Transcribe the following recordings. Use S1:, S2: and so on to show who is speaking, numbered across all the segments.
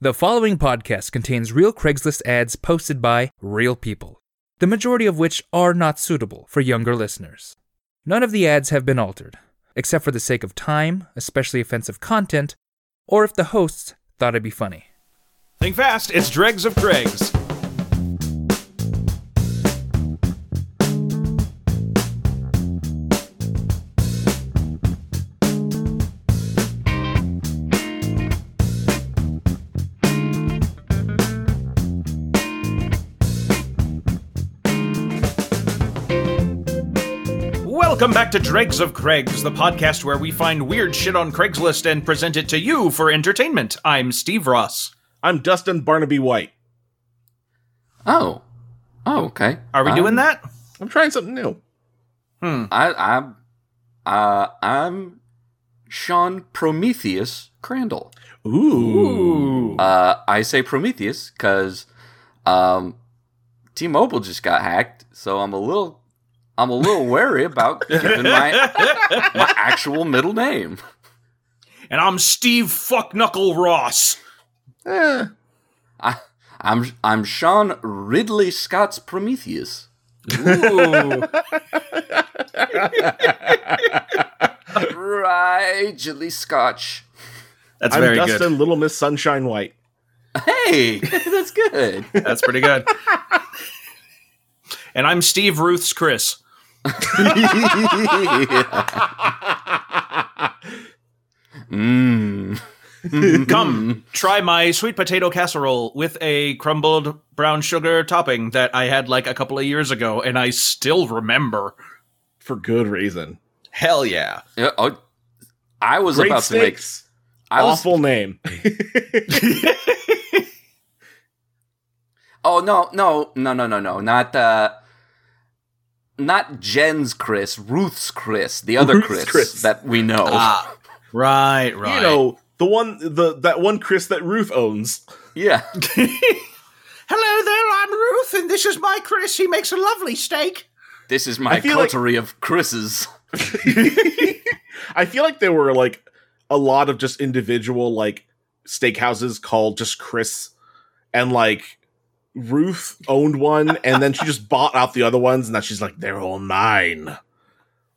S1: The following podcast contains real Craigslist ads posted by real people, the majority of which are not suitable for younger listeners. None of the ads have been altered, except for the sake of time, especially offensive content, or if the hosts thought it'd be funny.
S2: Think fast, it's Dregs of Craigs. Welcome back to Dregs of Craigs, the podcast where we find weird shit on Craigslist and present it to you for entertainment. I'm Steve Ross.
S3: I'm Dustin Barnaby White.
S4: Oh. Oh, okay.
S2: Are we
S4: Um,
S2: doing that?
S3: I'm trying something new.
S4: I I'm uh I'm Sean Prometheus Crandall.
S3: Ooh.
S4: Uh I say Prometheus cuz um T-Mobile just got hacked, so I'm a little I'm a little wary about giving my my actual middle name.
S2: And I'm Steve Fuck Knuckle Ross.
S3: Eh.
S4: I I'm I'm Sean Ridley Scott's Prometheus. Rightly Scotch.
S2: That's
S3: I'm
S2: very
S3: Dustin Little Miss Sunshine White.
S4: Hey, that's good.
S2: good. That's pretty good. and I'm Steve Ruth's Chris.
S4: Mmm.
S3: Mm-hmm.
S2: Come, try my sweet potato casserole with a crumbled brown sugar topping that I had like a couple of years ago and I still remember.
S3: For good reason.
S2: Hell yeah.
S4: Yeah, oh, I was
S3: Great
S4: about
S3: Snakes.
S4: to make. I was,
S3: Awful name.
S4: oh no, no, no, no, no, no! Not uh, not Jen's Chris, Ruth's Chris, the other
S3: Ruth's
S4: Chris,
S3: Chris.
S4: that we know.
S2: Ah, right, right.
S3: Oh. You know, the one the that one Chris that Ruth owns.
S4: yeah,
S2: Hello there, I'm Ruth, and this is my Chris. He makes a lovely steak.
S4: this is my
S3: I feel like-
S4: coterie of Chris's.
S3: I feel like there were like a lot of just individual like steakhouses called just Chris and like Ruth owned one and then she just bought out the other ones and now she's like, they're all mine.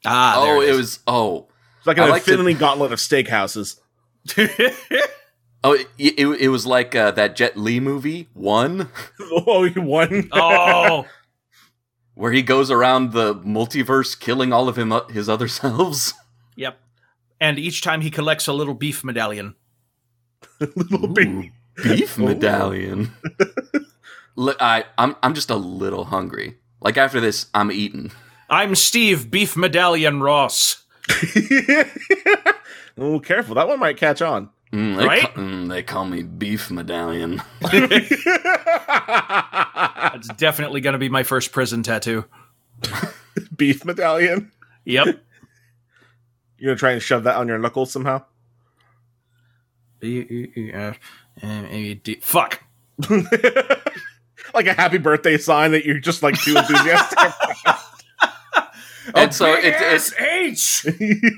S2: Ah,
S4: oh, it, was oh,
S3: It's like
S4: I
S3: an
S4: like to-
S3: infinity gauntlet of steakhouses.
S4: oh, it, it, it was like uh, that Jet Li movie one
S3: oh, you won.
S2: oh,
S4: where he goes around the multiverse killing all of him uh, his other selves.
S2: yep. And each time he collects a little beef medallion.
S3: Little bit.
S4: Ooh, beef
S3: Ooh.
S4: medallion. Look, I, I'm I'm just a little hungry. Like after this, I'm eating.
S2: I'm Steve Beef Medallion Ross.
S3: oh, careful. That one might catch on.
S4: Mm, they
S2: Right?
S4: ca- mm, they call me beef medallion.
S2: That's definitely going to be my first prison tattoo.
S3: Beef medallion.
S2: Yep.
S3: You're going to try and shove that on your knuckles somehow?
S2: E B-E-E-F-M-A-D. Fuck.
S3: Like a happy birthday sign that you're just like too enthusiastic.
S4: and so it's,
S2: H.
S4: it's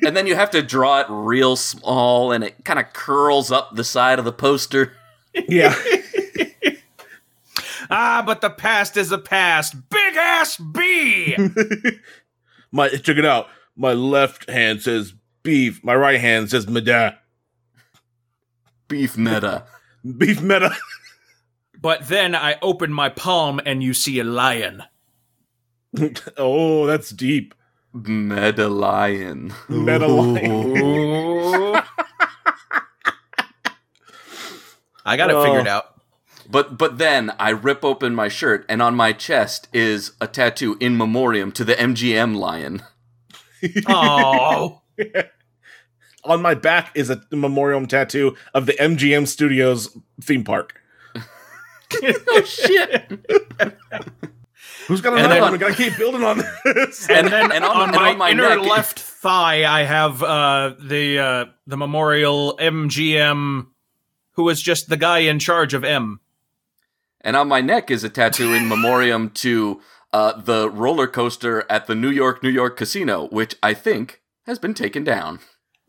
S4: and then you have to draw it real small, and it kind of curls up the side of the poster.
S3: yeah.
S2: ah, but the past is the past. Big ass B.
S3: My check it out. My left hand says beef. My right hand says meda.
S4: Beef meta.
S3: Beef meta.
S2: but then I open my palm and you see a lion.
S3: oh, that's deep.
S4: Meta lion.
S3: Meta line.
S2: I got it
S3: Oh.
S2: figured out.
S4: But but then I rip open my shirt, and on my chest is a tattoo in memoriam to the MGM lion.
S2: Oh.
S3: On my back is a memorial tattoo of the MGM Studios theme park.
S4: oh shit!
S3: Who's gonna
S2: And
S3: another
S2: then-
S3: one? We gotta keep building on this.
S2: and
S4: And-
S2: then
S4: and
S2: on,
S4: on- and
S2: my,
S4: on my
S2: inner
S4: neck-
S2: left thigh, I have uh, the uh, the memorial MGM, who was just the guy in charge of M.
S4: And on my neck is a tattoo in memoriam to uh, the roller coaster at the New York, New York casino, which I think has been taken down.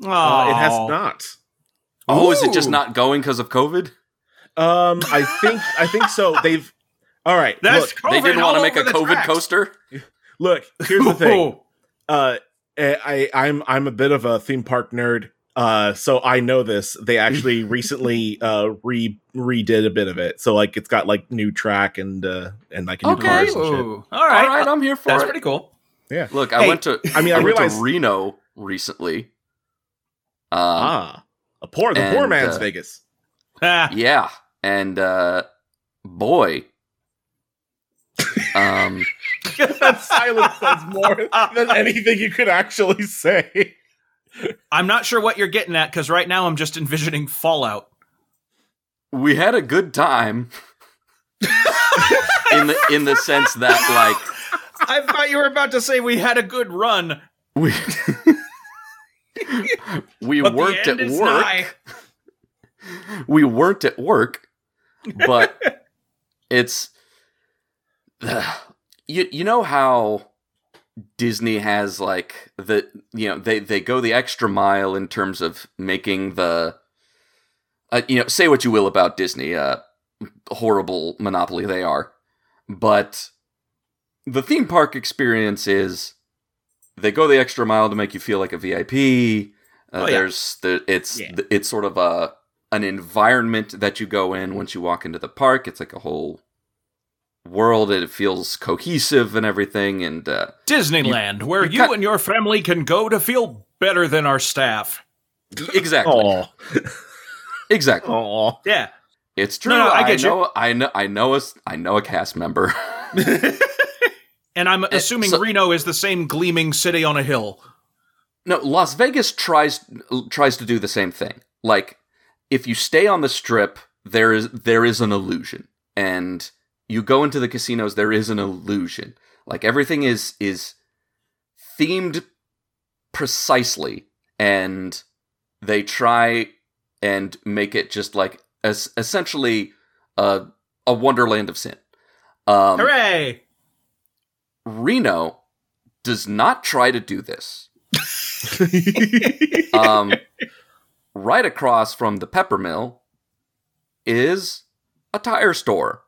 S2: Oh,
S3: Uh, it has not.
S4: Oh, is it just
S2: Ooh.
S4: not going because of COVID?
S3: Um, I think I think so. They've all right.
S2: That's
S3: look,
S2: COVID
S4: they didn't
S2: all
S4: want to make
S2: over
S4: a
S2: the
S4: COVID
S2: tracks.
S4: coaster.
S3: look. Here's the thing.
S2: Ooh.
S3: Uh, I I'm I'm a bit of a theme park nerd. Uh, so I know this. They actually recently uh re redid a bit of it. So like it's got like new track and uh and like new
S4: Okay.
S3: cars and shit.
S2: Ooh. All
S4: All
S2: right.
S4: right, I'm here for
S2: That's
S4: it.
S2: pretty cool.
S4: Look,
S2: Hey,
S4: I went to
S3: I mean, I
S4: went to
S3: realized-
S4: Reno recently. Um,
S3: ah, a poor the poor
S4: and,
S3: man's
S4: uh,
S3: Vegas.
S2: Ah,
S4: Yeah, and uh, boy, um,
S3: that silence says more than anything you could actually say.
S2: I'm not sure what you're getting at because right now I'm just envisioning Fallout.
S4: we had a good time. in the in the sense that like
S2: I thought you were about to say we had a good run.
S4: we we
S2: But
S4: worked
S2: the end
S4: at
S2: is
S4: work.
S2: nigh.
S4: we weren't at work, but it's you you know how Disney has like the you know they they go the extra mile in terms of making the uh, you know say what you will about Disney uh horrible monopoly they are but the theme park experience is they go the extra mile to make you feel like a VIP uh,
S2: Oh, yeah.
S4: there's the it's
S3: Yeah.
S4: it's sort of a an environment that you go in once you walk into the park it's like a whole world and it feels cohesive and everything and uh
S2: Disneyland, where
S4: you
S2: you
S4: cut-
S2: and your family can go to feel better than our staff.
S4: exactly
S3: Aw.
S4: exactly
S3: Aw.
S2: Yeah.
S4: it's true
S2: no, I
S4: I,
S2: get you.
S4: know i know i know a s- I know a cast member
S2: And I'm assuming
S4: so-
S2: Reno is the same gleaming city on a hill.
S4: No, Las Vegas tries tries to do the same thing. Like if you stay on the strip, there is there is an illusion. And you go into the casinos, there is an illusion. Like everything is is themed precisely and they try and make it just like as essentially a a wonderland of sin. Um
S2: Hooray!
S4: Reno does not try to do this. um, right across from the pepper mill is a tire store.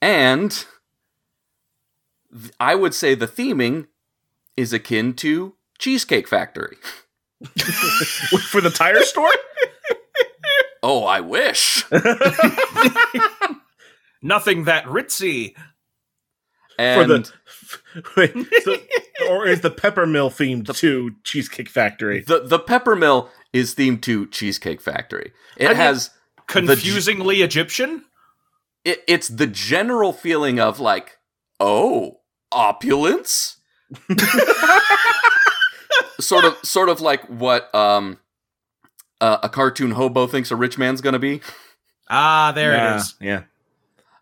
S4: and th- I would say the theming is akin to Cheesecake Factory.
S3: for the tire store?
S4: Oh, I wish.
S2: Nothing that ritzy.
S4: And
S3: for the wait, so, or is the pepper mill themed to Cheesecake Factory?
S4: the, the pepper mill is themed to Cheesecake Factory. It
S2: I mean-
S4: has
S2: Confusingly Egyptian?
S4: it, it's the general feeling of like, oh, opulence. sort of, sort of like what um, uh, a cartoon hobo thinks a rich man's gonna be.
S2: Ah, there
S3: yeah,
S2: it is.
S3: Yeah.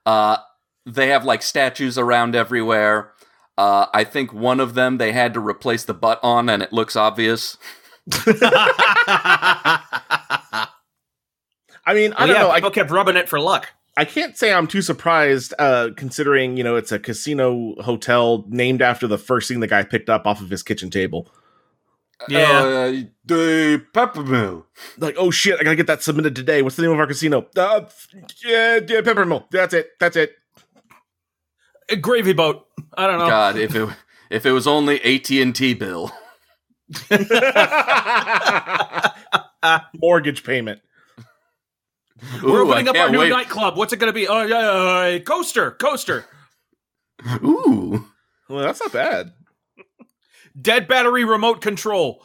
S4: Uh, they have like statues around everywhere. Uh, I think one of them they had to replace the butt on, and it looks obvious.
S3: I mean, I
S2: Oh,
S3: don't
S2: yeah,
S3: know. I,
S2: people kept rubbing it for luck.
S3: I can't say I'm too surprised, uh, considering you know it's a casino hotel named after the first thing the guy picked up off of his kitchen table.
S2: Yeah.
S4: uh, the peppermill.
S3: Like, oh shit, I gotta get that submitted today. What's the name of our casino? Uh, f- yeah, yeah, Pepper Mill. That's it. That's it.
S2: A gravy boat. I don't know.
S4: oh. God, if it if it was only AT and T bill.
S3: Mortgage payment.
S2: We're
S4: Ooh, I
S2: opening up our
S4: can't
S2: new
S4: wait.
S2: nightclub. What's it going to be? Oh, yeah, yeah, yeah, coaster, coaster.
S4: Ooh.
S3: Well, that's not bad.
S2: Dead battery remote control.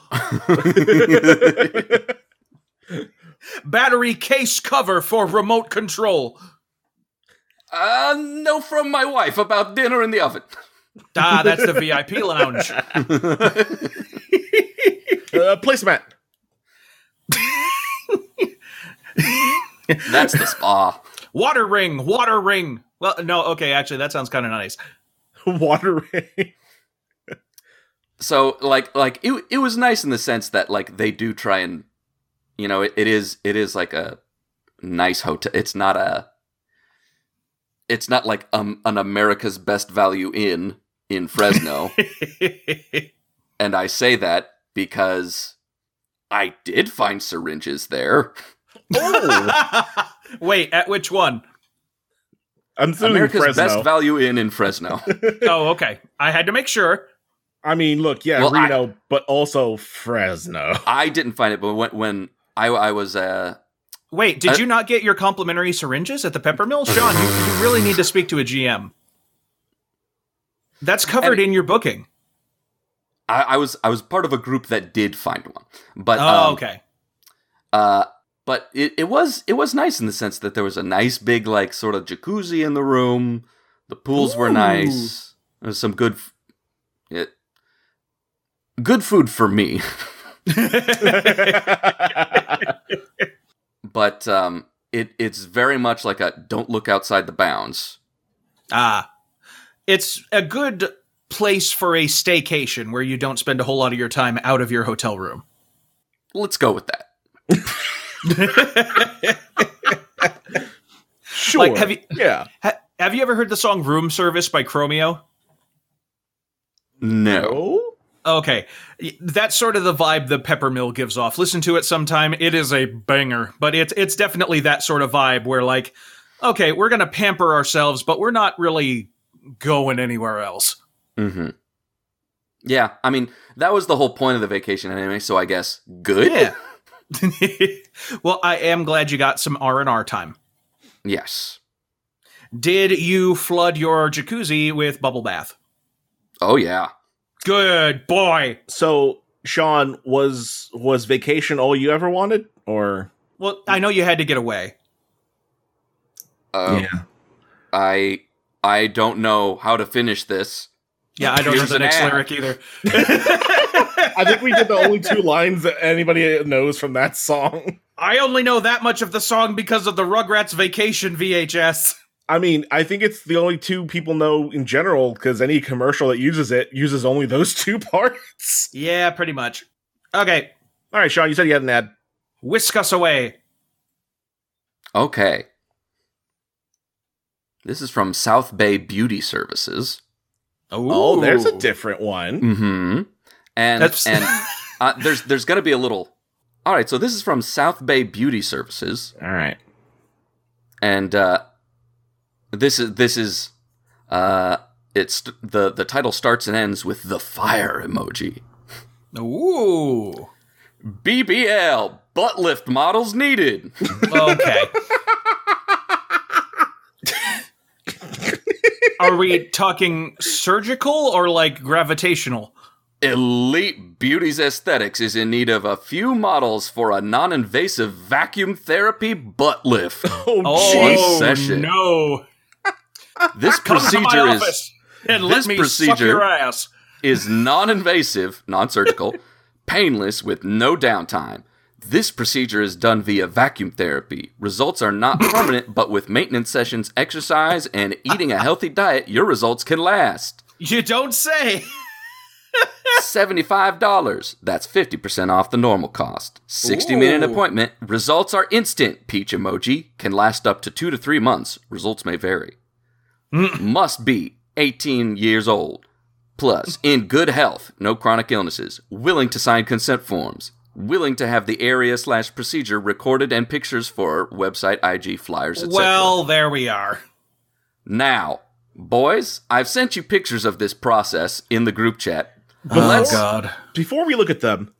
S2: Battery case cover for remote control.
S4: Uh, no, from my wife about dinner in the oven.
S2: Ah, that's the VIP lounge.
S3: uh, placemat.
S4: That's the spa.
S2: Water ring, water ring. Well, no, okay, actually, that sounds kind of nice.
S3: Water ring.
S4: So, like, like it, it was nice in the sense that like they do try and, you know, it, it is it is like a nice hotel. It's not a. It's not like um an America's Best Value Inn in Fresno, and I say that because I did find syringes there. Oh.
S2: Wait, at which one?
S3: I'm assuming
S4: America's
S3: Fresno.
S4: best value inn in Fresno.
S2: Oh, okay. I had to make sure.
S3: I mean, look, yeah,
S4: Well, I-
S3: Reno, but also Fresno.
S4: I didn't find it, but when, when I, I was uh,
S2: Wait, did
S4: I-
S2: you not get your complimentary syringes at the Pepper Mill? Sean, you, you really need to speak to a GM. That's covered in your booking.
S4: I, I was I was part of a group that did find one, but
S2: Oh,
S4: um,
S2: okay.
S4: Uh, but it, it was it was nice in the sense that there was a nice big like sort of jacuzzi in the room. The pools were
S2: Ooh.
S4: nice. There was some good, f- it, good food for me. But um, it it's very much like a don't look outside the bounds.
S2: ah, it's a good place for a staycation where you don't spend a whole lot of your time out of your hotel room.
S4: Let's go with that.
S3: sure.
S2: Like, have you-
S3: yeah.
S2: Ha- have you ever heard the song Room Service by Chromeo?
S4: No,
S3: Oh?
S2: Okay. Y- That's sort of the vibe the Peppermill gives off. Listen to it sometime. It is a banger, but it's it's definitely that sort of vibe where like, okay, we're gonna pamper ourselves, but we're not really going anywhere else.
S4: mm-hmm. yeah. I mean that was the whole point of the vacation anyway. So I guess good.
S2: Yeah. well, I am glad you got some R and R time.
S4: Yes.
S2: Did you flood your jacuzzi with bubble bath?
S4: Oh yeah.
S2: Good boy.
S3: So, Sean, was was vacation all you ever wanted? Or
S2: Well, I know you had to get away.
S4: Uh, I I don't know how to finish this.
S2: Yeah, I don't know
S4: Here's
S2: the
S4: an
S2: next
S4: ad.
S2: lyric either.
S3: I think we did the only two lines that anybody knows from that song.
S2: I only know that much of the song because of the Rugrats Vacation VHS.
S3: I mean, I think it's the only two people know in general because any commercial that uses it uses only those two parts.
S2: Yeah, pretty much. Okay,
S3: All right, Sean, you said you had an ad.
S2: whisk us away.
S4: Okay. This is from South Bay Beauty Services.
S3: Oh, there's a
S2: Ooh. Mm.
S3: different one.
S4: Mm-hmm. And
S2: That's-
S4: and uh, there's there's gonna be a little. All right, so this is from South Bay Beauty Services,
S3: All right.
S4: and uh, this is this is uh, it's the the title starts and ends with the fire emoji.
S2: Ooh.
S4: BBL butt lift models needed.
S2: Okay. Are we talking surgical or like gravitational?
S4: Elite Beauty's Aesthetics is in need of a few models for a non invasive vacuum therapy butt lift.
S3: Oh,
S2: Oh,
S4: session.
S2: no.
S4: This
S2: Come to my
S4: procedure is,
S2: office and let
S4: this
S2: me suck
S4: procedure-
S2: your ass.
S4: is non invasive, non surgical, painless, with no downtime. This procedure is done via vacuum therapy. Results are not permanent, but with maintenance sessions, exercise, and eating a healthy diet, your results can last.
S2: You don't say.
S4: $75. That's 50% off the normal cost. 60 minute
S2: Ooh.
S4: appointment. Results are instant. Peach emoji can last up to two to three months. Results may vary.
S2: Mm.
S4: Must be 18 years old. Plus, in good health, no chronic illnesses. Willing to sign consent forms. Willing to have the area slash procedure recorded and pictures for website, IG, flyers, etc.
S2: Well, there we are.
S4: Now, boys, I've sent you pictures of this process in the group chat. But let's
S2: Oh, God.
S3: before we look at them,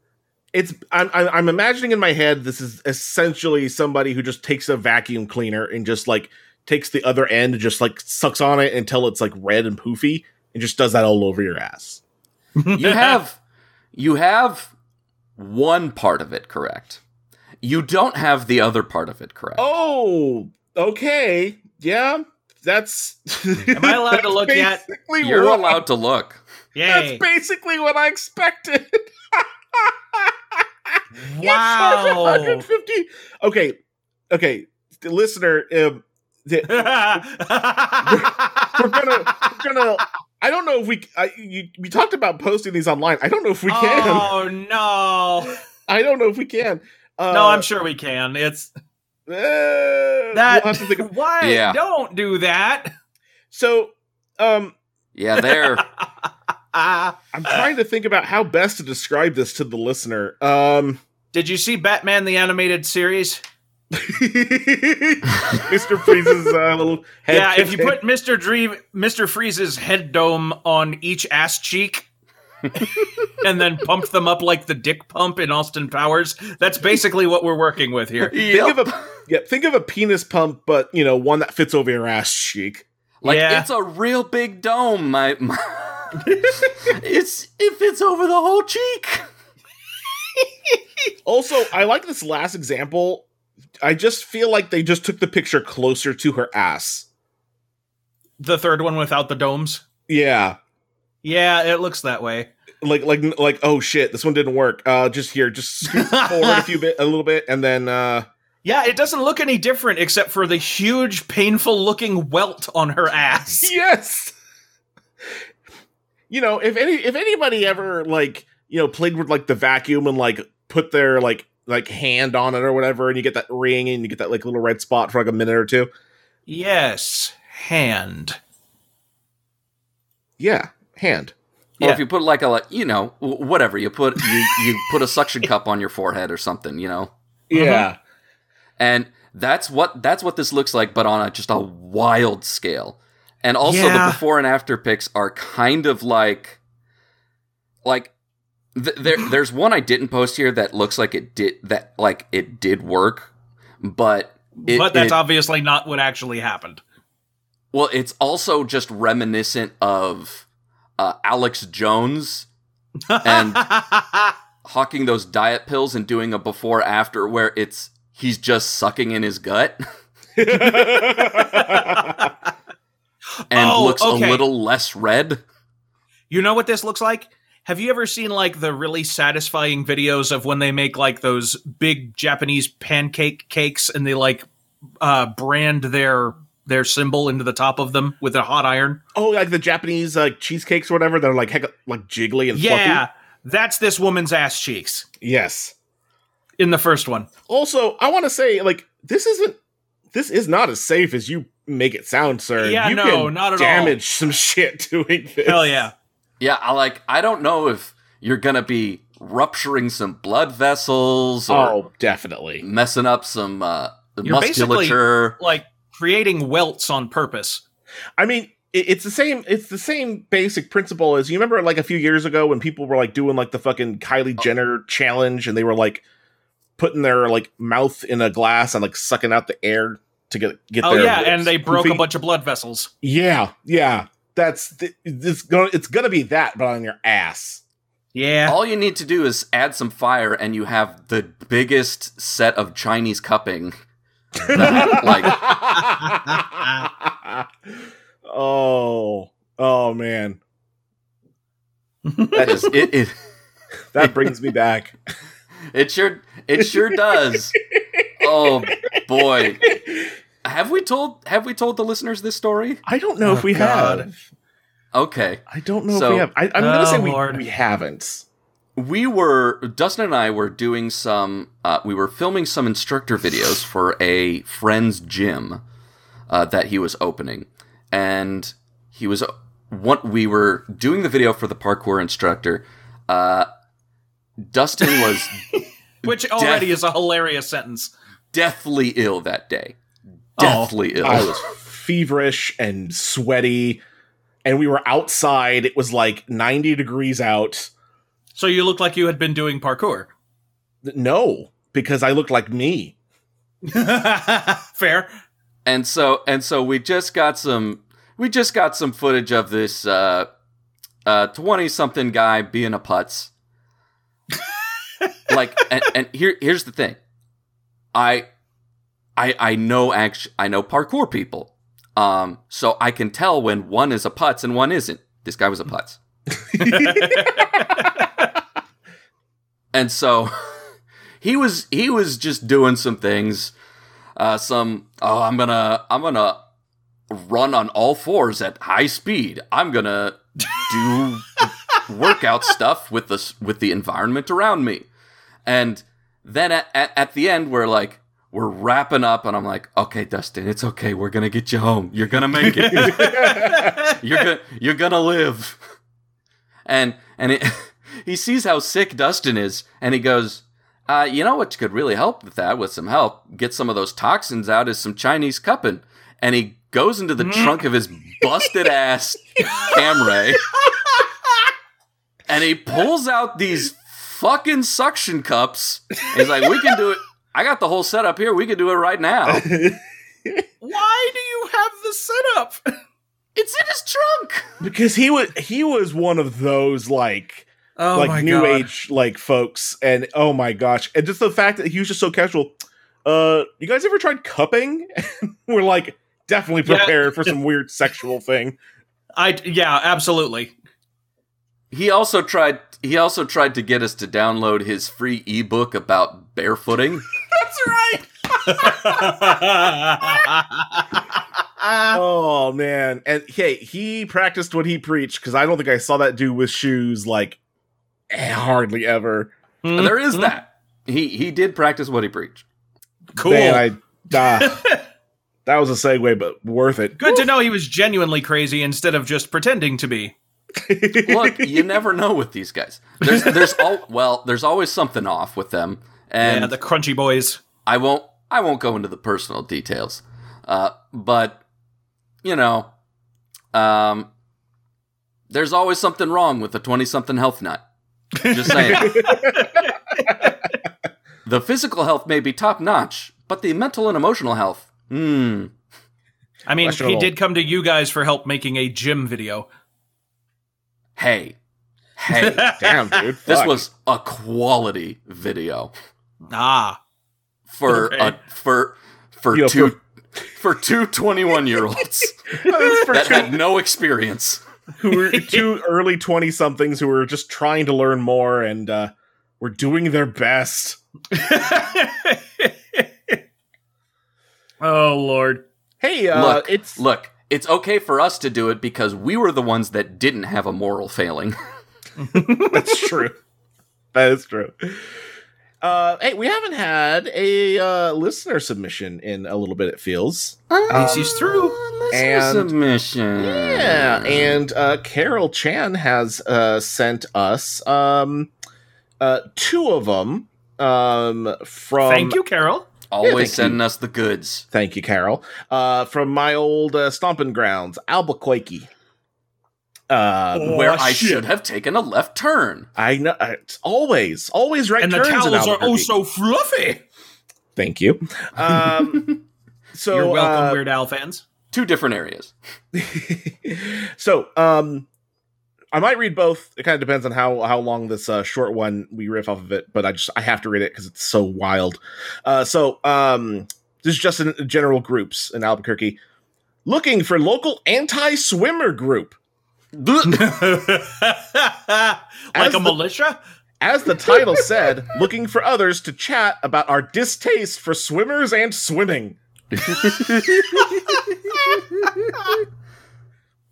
S3: it's I'm, I'm I'm imagining in my head this is essentially somebody who just takes a vacuum cleaner and just like takes the other end and just like sucks on it until it's like red and poofy and just does that all over your ass.
S4: you have you have one part of it correct. You don't have the other part of it correct.
S3: Oh, okay, yeah, that's. Am
S2: I allowed to look yet?
S3: Basically
S4: You're
S3: what,
S4: allowed to look.
S2: Yay.
S3: That's basically what I expected.
S2: wow.
S3: 150. Okay, okay, listener, um, the, we're gonna we're gonna i don't know if we I, you, we talked about posting these online i don't know if we can
S2: Oh no.
S3: i don't know if we can uh,
S2: No, I'm sure we can. It's
S3: uh,
S2: that
S3: we'll have to think of-
S2: why
S4: Yeah.
S2: don't do that.
S3: so um
S4: Yeah, there.
S2: Ah,
S3: i'm trying to think about how best to describe this to the listener um
S2: Did you see Batman the animated series?
S3: Mr. Freeze's uh, little head.
S2: yeah, if you
S3: kick.
S2: put Mr. Dream Mr. Freeze's head dome on each ass cheek and then pumped them up like the dick pump in Austin Powers, that's basically what we're working with here.
S3: think
S4: Yep.
S3: of a yeah, think of a penis pump, but you know one that fits over your ass cheek.
S4: Like
S2: Yeah.
S4: it's a real big dome. My, my it's it fits over the whole cheek.
S3: Also, I like this last example. I just feel like they just took the picture closer to her ass.
S2: The third one without the domes.
S3: Yeah,
S2: Yeah, it looks that way.
S3: like like like oh shit, this one didn't work. Uh, just here, just scoot forward a few bit, a little bit, and then uh,
S2: Yeah, it doesn't look any different except for the huge, painful looking welt on her ass.
S3: yes. You know, if any if anybody ever like you know played with like the vacuum and like put their like like hand on it or whatever, and you get that ring and you get that like little red spot for like a minute or two.
S2: Yes, hand.
S3: Yeah, hand.
S4: Or
S2: Yeah.
S4: if you put like a like, you know w- whatever you put you you put a suction cup on your forehead or something you know
S3: Yeah.
S4: and that's what that's what this looks like but on a, just a wild scale and also
S2: Yeah.
S4: the before and after pics are kind of like like th- there there's one I didn't post here that looks like it did that like it did work but it,
S2: but that's
S4: it-
S2: obviously not what actually happened.
S4: Well, it's also just reminiscent of uh, Alex Jones and hawking those diet pills and doing a before after where it's he's just sucking in his gut
S3: Uh-huh.
S4: and
S2: Oh,
S4: looks
S2: okay.
S4: a little less red.
S2: You know what this looks like? Have you ever seen like the really satisfying videos of when they make like those big Japanese pancake cakes and they like uh, brand their their symbol into the top of them with a hot iron?
S3: oh, like the Japanese like cheesecakes or whatever. They're like heck, like jiggly and
S2: Yeah,
S3: fluffy.
S2: that's this woman's ass cheeks
S3: Yes.
S2: in the first one.
S3: Also, I want to say like this isn't this is not as safe as you make it sound, sir.
S2: Yeah,
S3: you
S2: no, not at all.
S3: damage some shit doing this.
S2: Hell yeah.
S4: Yeah, I like I don't know if you're gonna be rupturing some blood vessels or
S3: Oh, definitely.
S4: messing up some uh,
S2: You're basically-
S4: musculature.
S2: Like creating welts on purpose.
S3: I mean, it, it's the same. It's the same basic principle as you remember, like a few years ago when people were like doing like the fucking Kylie
S2: Oh.
S3: Jenner challenge, and they were like putting their like mouth in a glass and like sucking out the air to get get.
S2: Oh
S3: their
S2: yeah, and they broke a
S3: poofy?
S2: bunch of blood vessels.
S3: Yeah, yeah. That's th- it's gonna it's gonna be that, but on your ass.
S2: Yeah.
S4: All you need to do is add some fire, and you have the biggest set of Chinese cupping. that, like
S3: oh, oh man, that
S4: just
S3: just
S4: it, it
S3: that brings me back.
S4: it sure it sure does. Oh boy, have we told have we told the listeners this story?
S3: I don't know if
S2: Oh,
S3: we
S2: God.
S3: have.
S4: Okay,
S3: I don't know
S4: So-
S3: if we have. I, I'm gonna
S2: Oh,
S3: say we,
S2: Lord.
S3: we haven't.
S4: we were Dustin and I were doing some uh, we were filming some instructor videos for a friend's gym uh, that he was opening, and he was what we were doing the video for the parkour instructor. Uh, Dustin was
S3: Oh,
S2: Which already is a hilarious sentence.
S4: deathly ill that day.
S2: Oh,
S4: Deathly ill.
S3: I was feverish and sweaty, and we were outside. It was like 90 degrees out.
S2: So you look like you had been doing parkour.
S3: No, because I looked like me.
S2: Fair.
S4: and so and so we just got some we just got some footage of this uh uh 20 something guy being a putz like and, and here here's the thing i i i know act i know parkour people um so i can tell when one is a putz and one isn't this guy was a putz and so he was he was just doing some things uh some oh i'm gonna i'm gonna run on all fours at high speed i'm gonna do workout stuff with this with the environment around me and then at, at, at the end we're like we're wrapping up and i'm like okay dustin it's okay we're gonna get you home you're gonna make it you're gonna you're gonna live and and it, he sees how sick dustin is and he goes Uh, you know what could really help with that? With some help, get some of those toxins out is some Chinese cupping. And he goes into the trunk of his busted ass Camry, and he pulls out these fucking suction cups. He's like, "We can do it. I got the whole setup here. We can do it right now."
S2: Why do you have the setup?
S4: It's in his trunk.
S3: because he was he was one of those like
S2: Oh
S3: like new age like folks and oh my gosh and just the fact that he was just so casual uh you guys ever tried cupping we're like definitely
S2: Yeah.
S3: prepared for some weird sexual thing
S2: I yeah, absolutely.
S4: He also tried. He also tried to get us to download his free ebook about barefooting.
S2: That's right.
S3: oh man and hey he practiced what he preached because i don't think i saw that dude with shoes like eh, hardly ever
S2: Hmm.
S4: there is that. He he did practice what he preached.
S2: cool.
S3: Man, i ah, that was a segue but worth it
S2: Good to know he was genuinely crazy instead of just pretending to be.
S4: Look, you never know with these guys. There's there's all well, there's always something off with them, and
S2: yeah, the crunchy boys.
S4: I won't I won't go into the personal details, uh, but you know, um, there's always something wrong with a twenty something health nut. Just saying. the physical health may be top notch, but the mental and emotional health, hmm.
S2: I mean, he
S3: Questionable.
S2: did come to you guys for help making a gym video.
S4: Hey, hey,
S3: damn dude
S4: this
S3: fuck.
S4: was a quality video.
S2: Ah,
S4: for
S2: Okay.
S4: a, for for
S3: Yeah,
S4: two for, two 21 year olds
S3: That's for
S4: that
S3: two
S4: had no experience.
S3: who were two early 20 somethings who were just trying to learn more and uh, were doing their best.
S2: oh lord.
S3: Hey, uh,
S4: Look,
S3: it's
S4: Look, it's okay for us to do it because we were the ones that didn't have a moral failing.
S3: that's true. That is true. Uh, hey, we haven't had a uh, listener submission in a little bit, it feels.
S2: least he's through.
S3: and-
S4: submission.
S3: Yeah, and uh, Carol Chan has uh, sent us um, uh, two of them um, from.
S2: Thank you, Carol.
S4: always
S3: Yeah, thank
S4: sending us the goods.
S3: Thank you, Carol. Uh, from my old uh, stomping grounds, Albuquerque. Uh,
S2: Oh,
S4: where I
S2: shit.
S4: should have taken a left turn.
S3: I know uh, it's always, always right.
S2: and the
S3: turns in
S2: towels are oh
S3: Albuquerque.
S2: so fluffy.
S3: Thank you. Um, so
S2: You're welcome,
S3: uh,
S2: Weird Al fans.
S4: Two different areas.
S3: so um, I might read both. It kind of depends on how how long this uh, short one we riff off of it, but I just I have to read it because it's so wild. Uh, so um, this is just in general groups in Albuquerque looking for local anti swimmer group.
S2: like
S3: As
S2: a
S3: the-
S2: militia?
S3: As the title said, looking for others to chat about our distaste for swimmers and swimming.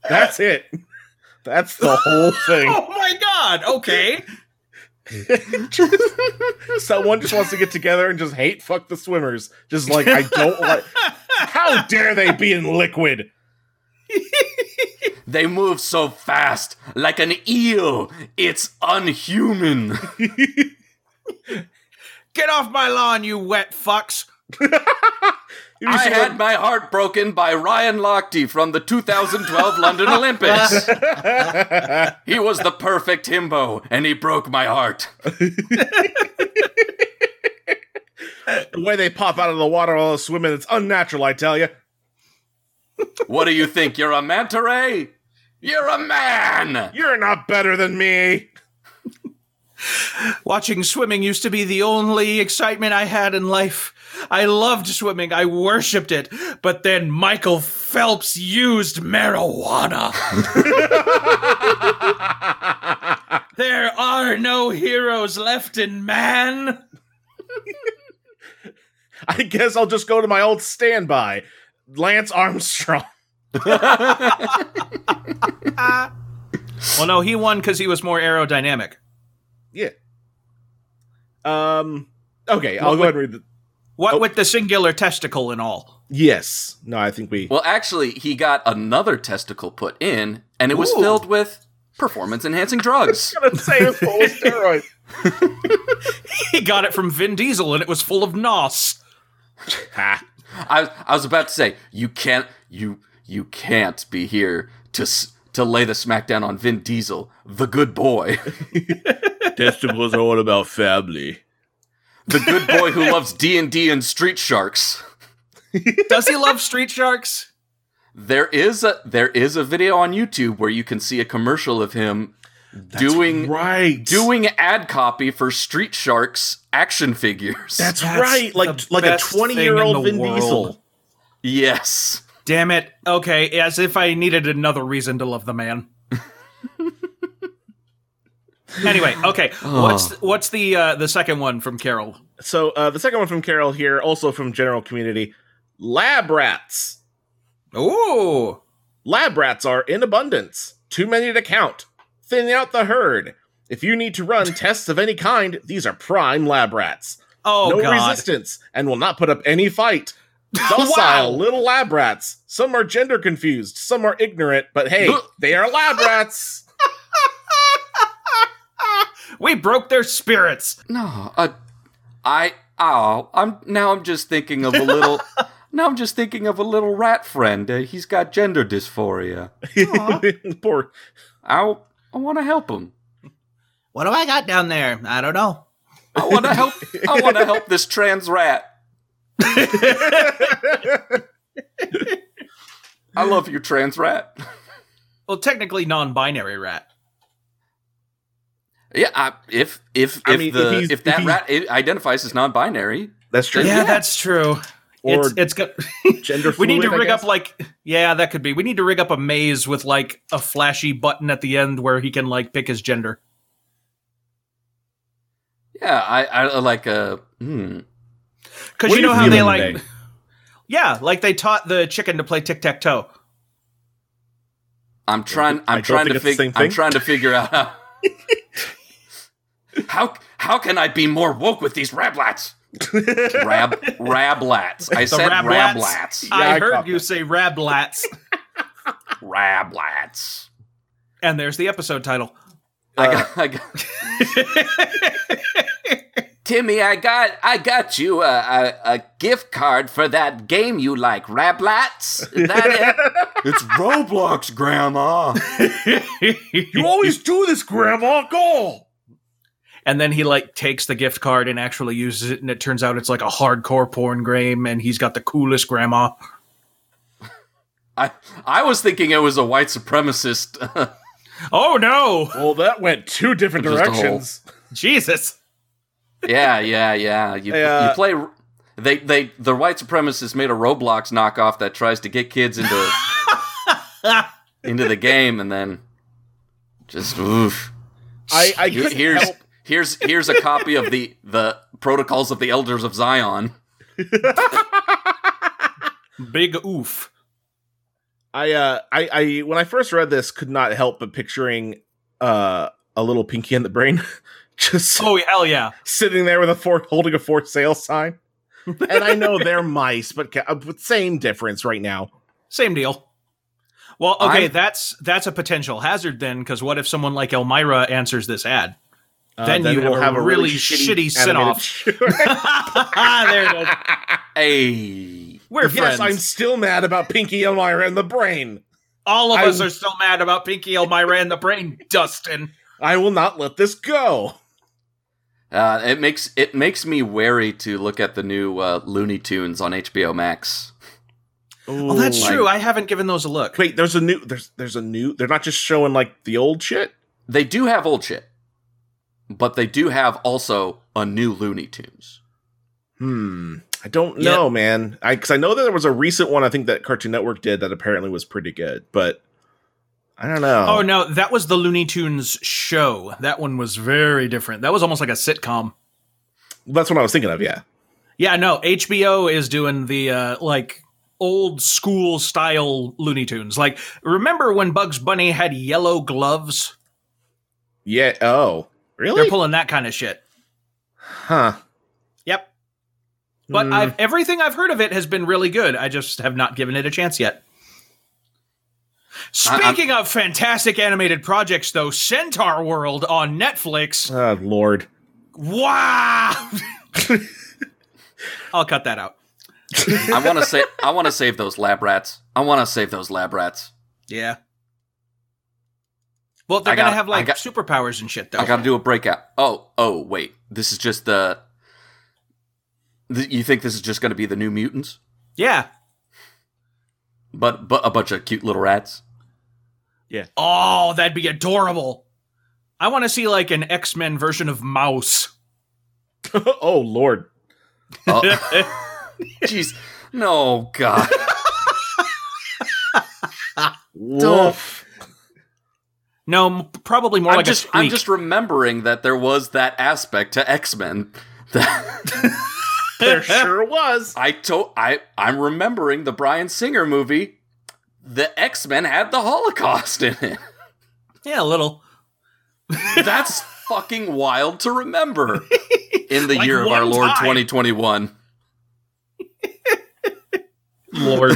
S3: That's it. That's the whole thing.
S2: Oh my god. Okay.
S3: Someone just wants to get together and just hate fuck the swimmers. Just like I don't like How dare they be in liquid?
S4: They move so fast, like an eel. It's unhuman.
S2: Get off my lawn, you wet fucks.
S3: You
S4: I
S3: see,
S4: had my heart broken by Ryan Lochte from the 2012 London Olympics. he was the perfect himbo, and he broke my heart.
S3: like, the way they pop out of the water while they're swimming, it's unnatural, I tell you.
S4: What do you think? You're a manta ray? You're a man!
S3: You're not better than me.
S2: Watching swimming used to be the only excitement I had in life. I loved swimming, I worshipped it. But then Michael Phelps used marijuana. there are no heroes left in man.
S3: I guess I'll just go to my old standby, Lance Armstrong.
S2: Well, no, he won because he was more aerodynamic.
S3: Yeah. Um. Okay, I'll go ahead and read the.
S2: What
S3: Oh.
S2: with the singular testicle and all.
S3: Yes. No, I think we.
S4: Well, actually, he got another testicle put in, and it was
S2: Ooh.
S4: filled with performance enhancing drugs.
S3: gonna say it's full of steroids.
S2: He got it from Vin Diesel and it was full of nos.
S3: Ha.
S4: I was I was about to say you can't you you can't be here to s- to lay the smackdown on Vin Diesel, the good boy,
S5: Testicles are all about family.
S4: the good boy who loves D and D and Street Sharks.
S2: Does he love Street Sharks?
S4: There is a there is a video on YouTube where you can see a commercial of him doing
S5: right.
S4: doing ad copy for Street Sharks action figures.
S5: That's,
S2: That's
S5: right.
S2: the
S5: Like like a
S2: best thing in
S5: twenty year
S2: the
S5: old Vin
S2: world.
S5: Diesel.
S4: yes.
S2: Damn it. Okay, as if I needed another reason to love the man. anyway, okay. What's what's the uh, the second one from Carol?
S3: So uh, the second one from Carol here, also from general community, lab rats.
S2: Ooh.
S3: Lab rats are in abundance, too many to count. Thin out the herd. If you need to run tests of any kind, these are prime lab rats.
S2: Oh
S3: no
S2: god.
S3: resistance and will not put up any fight. Docile
S2: Wow.
S3: little lab rats. Some are gender confused, some are ignorant, but hey, they are lab rats.
S2: We broke their spirits.
S4: No, uh, I oh, I'm now I'm just thinking of a little now I'm just thinking of a little rat friend. Uh, he's got gender dysphoria.
S3: Poor.
S4: I I want to help him.
S2: What do I got down there? I don't know.
S4: I want to help. I want to help this trans rat. I love you, trans rat.
S2: Well, technically non-binary rat.
S4: Yeah, I, if if
S3: I
S4: if
S3: mean,
S4: the
S3: if
S4: if,
S3: he's-
S4: that
S3: if he's-
S4: rat i- identifies as non-binary,
S3: That's true.
S2: Yeah,
S4: Yeah.
S2: that's true.
S3: Or
S2: it's it's got,
S3: gender
S2: we
S3: fluid.
S2: need to
S3: I
S2: rig up
S3: guess.
S2: like yeah, that could be. We need to rig up a maze with like a flashy button at the end where he can like pick his gender.
S4: yeah, I I like uh hmm,
S2: Cuz
S3: What
S2: you
S3: are
S2: know how they
S3: feeling
S2: like
S3: today?
S2: yeah, like they taught the chicken to play tic tac toe.
S4: I'm trying.
S3: I
S4: I'm
S3: don't
S4: trying
S3: think
S4: to
S3: it's the
S4: figure.
S3: same
S4: I'm
S3: thing.
S4: trying to figure out how. how how can I be more woke with these rablats? Rab rablats. I said
S2: rablats.
S4: rablats.
S2: I,
S3: I
S2: heard
S3: caught
S2: you say rablats.
S4: Rablats.
S2: and there's the episode title.
S4: I
S3: Uh,
S4: got, I got Timmy, I got, I got you a, a, a gift card for that game you like, Rablats. Is that it? it's Roblox, Grandma.
S3: You always do this, Grandma. Go.
S2: and then he like takes the gift card and actually uses it and it turns out it's like a hardcore porn game and he's got the coolest grandma.
S4: I, I was thinking it was a white supremacist. uh,
S2: Oh no.
S3: Well, that went two different
S4: Just a hole.
S3: directions.
S2: Jesus.
S4: yeah, yeah, yeah. You,
S3: Yeah.
S4: you play. They, they, the white supremacists made a Roblox knockoff that tries to get kids into into the game, and then just oof.
S3: I, I
S4: Here-
S3: couldn't
S4: here's
S3: help.
S4: here's here's a copy of the the protocols of the elders of Zion.
S2: Big oof.
S3: I, uh, I, I, when I first read this, could not help but picturing uh, a little pinky in the brain, just
S2: Oh hell yeah.
S3: sitting there with a for holding a for sale sign. and I know they're mice, but ca- uh, but same difference right now.
S2: Same deal. Well, okay,
S4: I'm-
S2: that's that's a potential hazard then, because what if someone like Elmira answers this ad?
S3: Uh,
S2: Then you
S3: we'll
S2: have a really shitty
S3: animated-
S2: there it is.
S4: Hey,
S2: We're
S3: yes,
S2: friends.
S3: I'm still mad about Pinky Elmira and the brain.
S2: All of
S3: I-
S2: us are so mad about Pinky Elmira and the brain, Dustin.
S3: I will not let this go.
S4: uh, it makes it makes me wary to look at the new uh, Looney Tunes on HBO Max.
S2: Well, Oh, that's
S4: Ooh.
S2: true. I haven't given those a look.
S3: Oh Wait, there's a new. There's there's a new. They're not just showing like the old shit.
S4: They do have old shit, but they do have also a new Looney Tunes.
S3: Hmm. I don't know, man. I because I know that there was a recent one. I think that Cartoon Network did that apparently was pretty good, but I don't know.
S2: Oh no, that was the Looney Tunes show. That one was very different. That was almost like a sitcom.
S3: That's what I was thinking of. Yeah.
S2: Yeah, no, HBO is doing the uh, like old school style Looney Tunes. Like, remember when Bugs Bunny had yellow gloves?
S3: Yeah. Oh. Really?
S2: They're pulling that kind of shit.
S3: huh.
S2: Yep. But
S3: Hmm.
S2: I've everything I've heard of it has been really good. I just have not given it a chance yet. Speaking of fantastic animated projects, though, Centaur World on Netflix.
S3: Oh, Lord.
S2: Wow. I'll cut that out.
S4: I want to say I want to save those lab rats. I want to save those lab rats.
S2: Yeah. Well, they're
S4: I got-
S2: gonna have
S4: I
S2: like
S4: got-
S2: superpowers and shit, though.
S4: I got to do a breakout. Oh, oh, wait. This is just the. Th- you think this is just going to be the new mutants,
S2: yeah.
S4: but but a bunch of cute little rats?
S2: Oh, that'd be adorable. I want to see like an X Men version of Mouse.
S3: oh, Lord.
S4: Oh. Jeez, no God.
S3: Woof.
S2: No, m- probably more
S4: I'm
S2: like
S4: just
S2: a squeak.
S4: I'm just remembering that there was that aspect to X Men.
S3: there sure was.
S4: I to I I'm remembering the Brian Singer movie. The X Men had the Holocaust in it.
S2: yeah, a little.
S4: That's fucking wild to remember in the
S2: Like
S4: year of
S2: one
S4: our Lord
S2: time.
S4: 2021.
S2: Lord.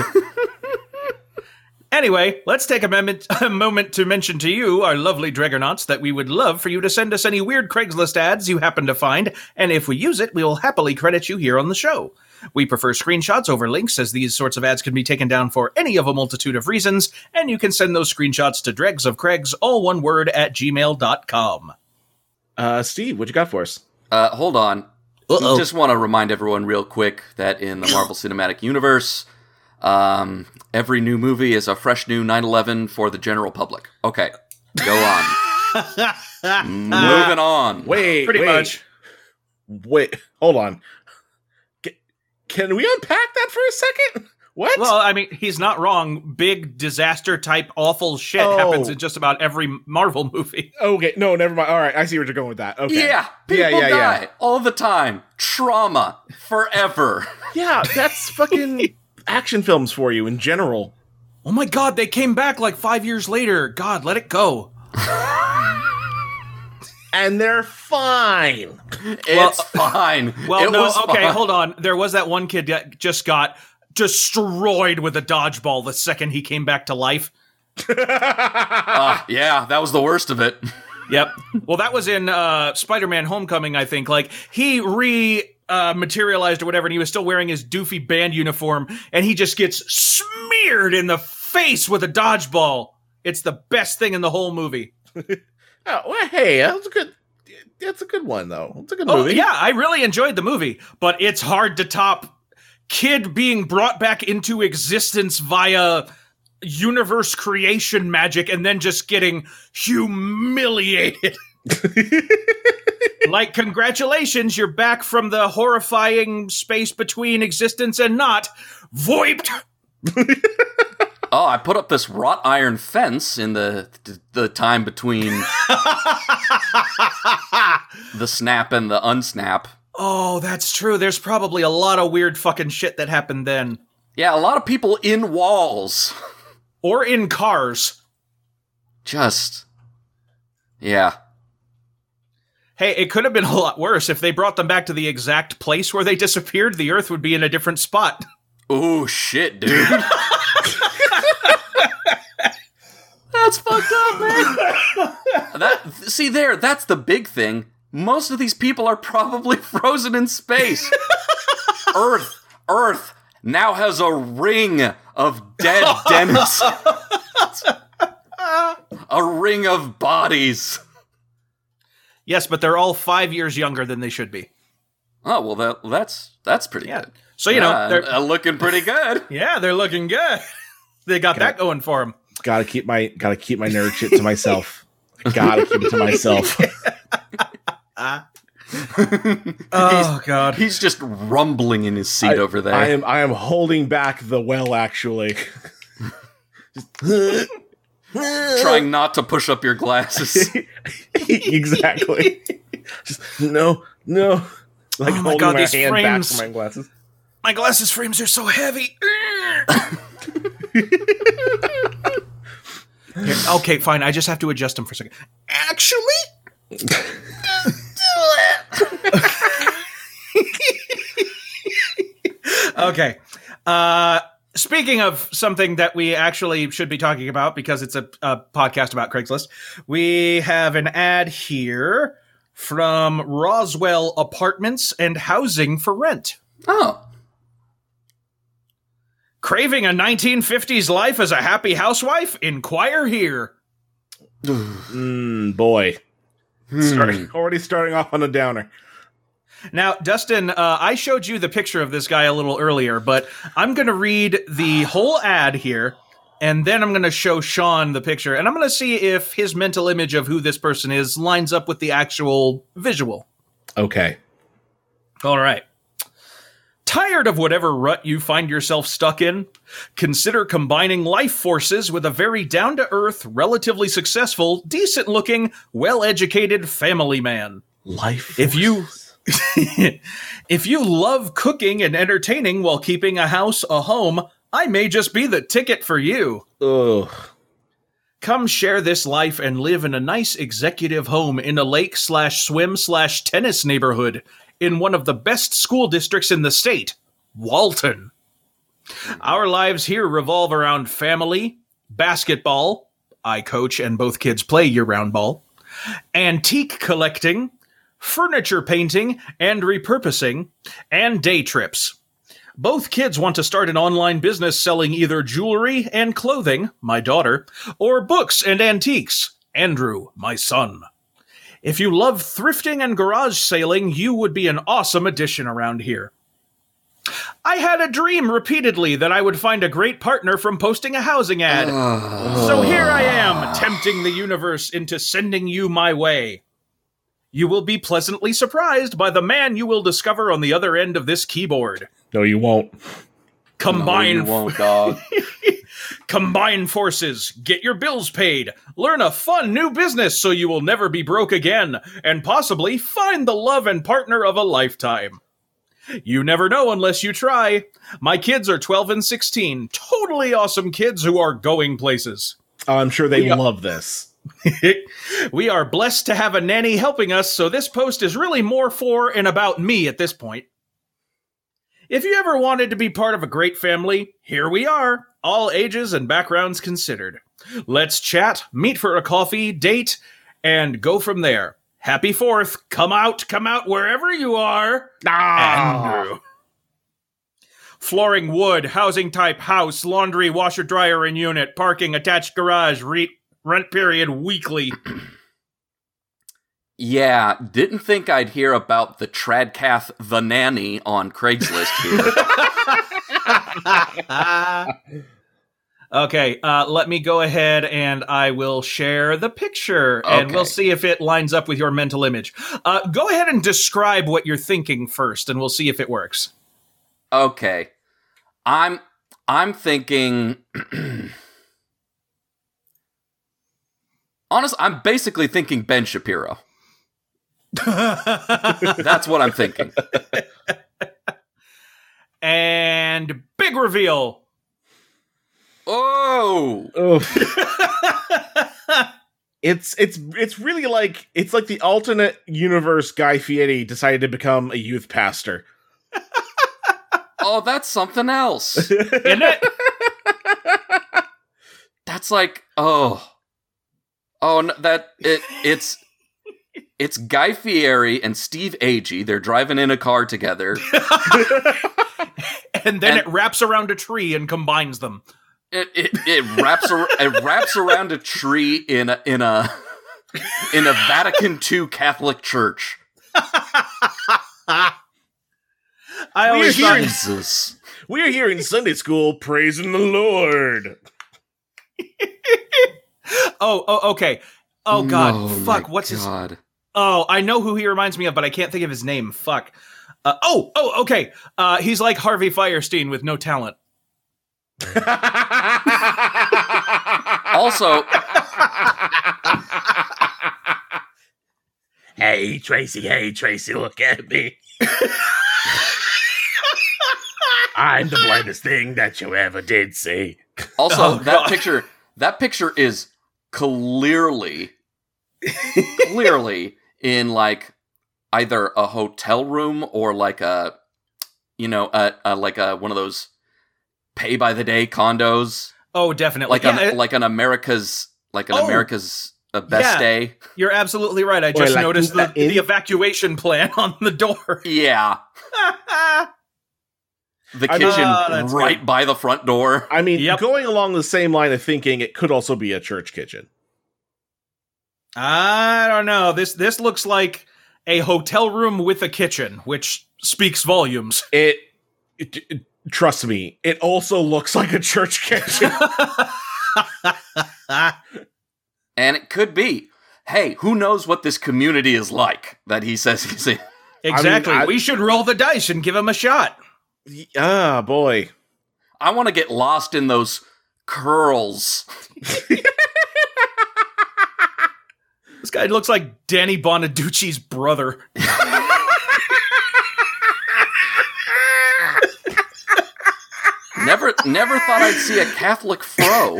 S2: anyway, let's take a moment, a moment to mention to you, our lovely Dragonauts, that we would love for you to send us any weird Craigslist ads you happen to find, and if we use it, we will happily credit you here on the show. We prefer screenshots over links, as these sorts of ads can be taken down for any of a multitude of reasons, and you can send those screenshots to dregsofcraigs, all one word, at gmail.com.
S3: Uh, Steve, what you got for us?
S4: Uh, hold on.
S2: Uh-oh.
S4: Just want to remind everyone real quick that in the Marvel Cinematic Universe, um, every new movie is a fresh new 9/11 for the general public. Okay, go on. Moving on.
S3: Wait,
S2: Pretty
S3: wait,
S2: much.
S3: Wait, hold on. G- Can we unpack that for a second? What?
S2: Well, I mean, he's not wrong. Big disaster type awful shit
S3: Oh.
S2: happens in just about every Marvel movie.
S3: okay, no, never mind. All right, I see where you're going with that. Okay.
S4: Yeah,
S3: Yeah,
S4: people
S3: yeah, yeah.
S4: die all the time. Trauma forever.
S3: Yeah, that's fucking action films for you in general.
S2: Oh my god, they came back like five years later. God, let it go.
S3: And they're fine.
S4: it's fine.
S2: Well,
S4: It
S2: no,
S4: was
S2: okay,
S4: fine.
S2: hold on. There was that one kid that just got destroyed with a dodgeball the second he came back to life.
S4: Ah, yeah, that was the worst of it.
S2: Yep. well, that was in uh, Spider-Man: Homecoming, I think. Like he re. Uh, materialized or whatever, and he was still wearing his doofy band uniform, and he just gets smeared in the face with a dodgeball. It's the best thing in the whole movie.
S3: Oh, well, hey, that's a good. That's a good one though. It's a good
S2: Oh
S3: movie.
S2: yeah, I really enjoyed the movie, but it's hard to top kid being brought back into existence via universe creation magic and then just getting humiliated. like congratulations, you're back from the horrifying space between existence and not. Voiped.
S4: Oh, I put up this wrought iron fence in the the time between the snap and the unsnap.
S2: oh, that's true. There's probably a lot of weird fucking shit that happened then.
S4: Yeah, a lot of people in walls.
S2: Or in cars.
S4: Just yeah.
S2: Hey, it could have been a lot worse if they brought them back to the exact place where they disappeared. The Earth would be in a different spot.
S4: Oh shit, dude. that's fucked up, man. That see there, that's the big thing. Most of these people are probably frozen in space. Earth, Earth now has a ring of dead Dennis. a ring of bodies.
S2: Yes, but they're all five years younger than they should be.
S4: Oh well, that, that's that's pretty good.
S2: So you know,
S4: Yeah,
S2: they're,
S4: uh, looking pretty good.
S2: yeah, they're looking good. they got that going for them.
S3: Gotta keep my gotta keep my nerd shit to myself. gotta keep it to myself.
S2: Oh God.
S4: He's just rumbling in his seat over there.
S3: I am I am holding back the well actually. Just-
S4: trying not to push up your glasses.
S3: exactly. Just no, no. Like
S2: Oh my
S3: holding
S2: God,
S3: my
S2: these
S3: hand back
S2: frames.
S3: from my glasses.
S2: My glasses frames are so heavy. Here, okay, fine. I just have to adjust them for a second. Actually, do it. okay. Uh, Speaking of something that we actually should be talking about because it's a, a podcast about Craigslist, we have an ad here from Roswell Apartments and Housing for Rent.
S4: Oh,
S2: Craving a 1950s life as a happy housewife? Inquire here.
S3: Mm, boy. Hmm. Sorry. Already starting off on a downer.
S2: Now, Dustin, uh, I showed you the picture of this guy a little earlier, but I'm going to read the whole ad here, and then I'm going to show Sean the picture, and I'm going to see if his mental image of who this person is lines up with the actual visual.
S3: Okay.
S2: All right. Tired of whatever rut you find yourself stuck in? Consider combining life forces with a very down to earth, relatively successful, decent looking, well educated family man.
S3: Life.
S2: If you if you love cooking and entertaining while keeping a house a home, I may just be the ticket for you.
S3: Ugh.
S2: Come share this life and live in a nice executive home in a lake slash swim slash tennis neighborhood in one of the best school districts in the state, Walton. Our lives here revolve around family, basketball, I coach and both kids play year round ball, antique collecting, furniture painting and repurposing, and day trips. Both kids want to start an online business selling either jewelry and clothing, my daughter, or books and antiques, Andrew, my son. If you love thrifting and garage sailing, you would be an awesome addition around here. I had a dream repeatedly that I would find a great partner from posting a housing ad. so here I am, tempting the universe into sending you my way. You will be pleasantly surprised by the man you will discover on the other end of this keyboard.
S3: No, you won't.
S4: no, you
S2: Combine
S4: won't, dog.
S2: combine forces, get your bills paid, learn a fun new business so you will never be broke again, and possibly find the love and partner of a lifetime. You never know unless you try. My kids are 12 and 16, totally awesome kids who are going places.
S3: Oh, I'm sure they love this.
S2: we are blessed to have a nanny helping us, so this post is really more for and about me at this point. If you ever wanted to be part of a great family, here we are, all ages and backgrounds considered. Let's chat, meet for a coffee, date, and go from there. Happy Fourth. Come out, come out wherever you are. Andrew. Flooring, wood, housing type, house, laundry, washer, dryer, and unit, parking, attached garage, re- rent period weekly.
S4: Yeah, didn't think I'd hear about the Tradcath the nanny on Craigslist here.
S2: okay, uh, let me go ahead and I will share the picture and
S4: Okay.
S2: we'll see if it lines up with your mental image. Uh, go ahead and describe what you're thinking first and we'll see if it works.
S4: okay, I'm I'm thinking. Honest, I'm basically thinking Ben Shapiro. That's what I'm thinking.
S2: and big reveal.
S4: Oh,
S3: Ugh. it's it's it's really like it's like the alternate universe Guy Fieri decided to become a youth pastor.
S4: oh, that's something else.
S2: Isn't it?
S4: That's like, oh, oh, no, that it, it's it's Guy Fieri and Steve Agee. They're driving in a car together.
S2: and then
S4: And-
S2: it wraps around a tree and combines them.
S4: It it, it wraps ar- it wraps around a tree in a in a in a Vatican II Catholic church.
S2: I
S3: We're
S2: always thought,
S4: Jesus.
S3: We're here in Sunday school praising the Lord.
S2: oh, oh, okay. Oh God,
S4: No,
S2: fuck!
S4: my
S2: What's his
S4: God.
S2: Oh, I know who he reminds me of, but I can't think of his name. Fuck. Uh, oh, oh, okay. Uh, he's like Harvey Firestein with no talent.
S3: Ah,
S4: Also,
S5: Hey, Tracy, hey, Tracy, look at me. I'm the blindest thing that you ever did see.
S4: also
S2: Oh,
S4: that
S2: God.
S4: picture that picture is clearly clearly in like either a hotel room or like a you know a, a like a one of those pay by the day condos,
S2: Oh, definitely.
S4: like
S2: yeah,
S4: an, like an America's like an
S2: Oh.
S4: America's uh, best
S2: Yeah.
S4: day.
S2: you're absolutely right. I just
S3: like,
S2: noticed the,
S3: that in-
S2: the evacuation plan on the door.
S4: Yeah, the
S3: I mean-
S4: kitchen
S2: Ah, that's
S4: right by the front door.
S3: I mean,
S2: Yep.
S3: going along the same line of thinking, it could also be a church kitchen.
S2: I don't know. This this looks like a hotel room with a kitchen, which speaks volumes.
S3: It, it, it- trust me, it also looks like a church kitchen.
S4: And it could be. Hey, who knows what this community is like that he says he's in?
S2: exactly.
S3: I-
S2: we should roll the dice and give him a shot.
S3: ah, boy.
S4: I want to get lost in those curls.
S2: This guy looks like Danny Bonaducci's brother.
S4: Never never thought I'd see a Catholic fro.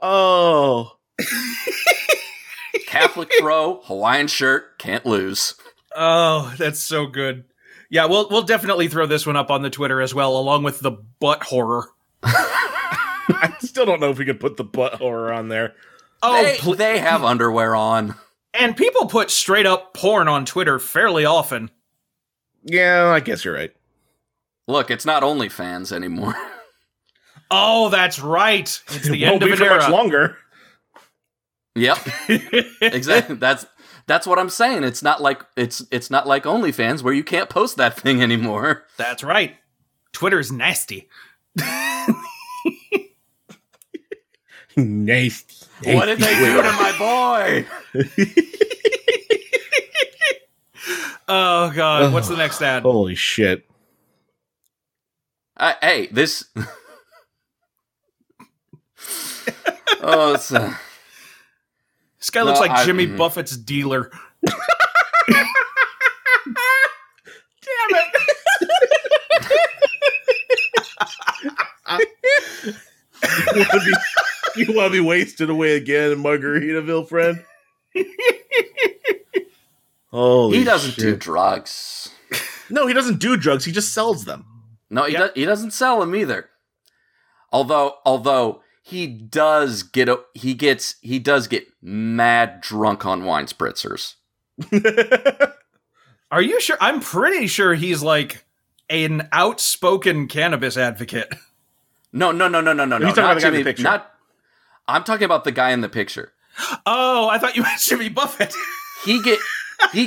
S3: Oh,
S4: Catholic fro, Hawaiian shirt, can't lose.
S2: Oh, that's so good. Yeah, we'll we'll definitely throw this one up on the Twitter as well, along with the butt horror.
S3: I still don't know if we could put the butt horror on there.
S2: Oh,
S4: they,
S2: pl-
S4: they have underwear on.
S2: and people put straight up porn on Twitter fairly often.
S3: Yeah, I guess you're right.
S4: Look, it's not OnlyFans anymore.
S2: Oh, that's right. It's the
S3: it won't
S2: end of
S3: be
S2: an
S3: for much
S2: era.
S3: longer.
S4: yep. Exactly. That's that's what I'm saying. It's not like it's it's not like OnlyFans where you can't post that thing anymore.
S2: That's right. Twitter's nasty.
S3: nice.
S4: What did they do to my boy?
S2: Oh god, what's the next ad?
S3: Holy shit.
S4: I, hey, this. oh, it's, uh,
S2: This guy looks
S4: No,
S2: like
S4: I-
S2: Jimmy
S4: mhm.
S2: Buffett's dealer.
S3: Damn it. you, want to be, you wanna be wasted away again in Margaritaville, friend? Holy
S4: he doesn't do
S3: shit.
S4: drugs.
S3: No, he doesn't do drugs. He just sells them.
S4: No, he
S2: Yeah.
S4: does, he doesn't sell them either. Although although he does get a, he gets he does get mad drunk on wine spritzers.
S2: Are you sure? I'm pretty sure he's like an outspoken cannabis advocate.
S4: No, no, no, no, no, no, no.
S3: talking about the guy in the
S4: Jimmy-
S3: picture?
S4: Not, I'm talking about the guy in the picture.
S2: Oh, I thought you meant Jimmy Buffett.
S4: He get he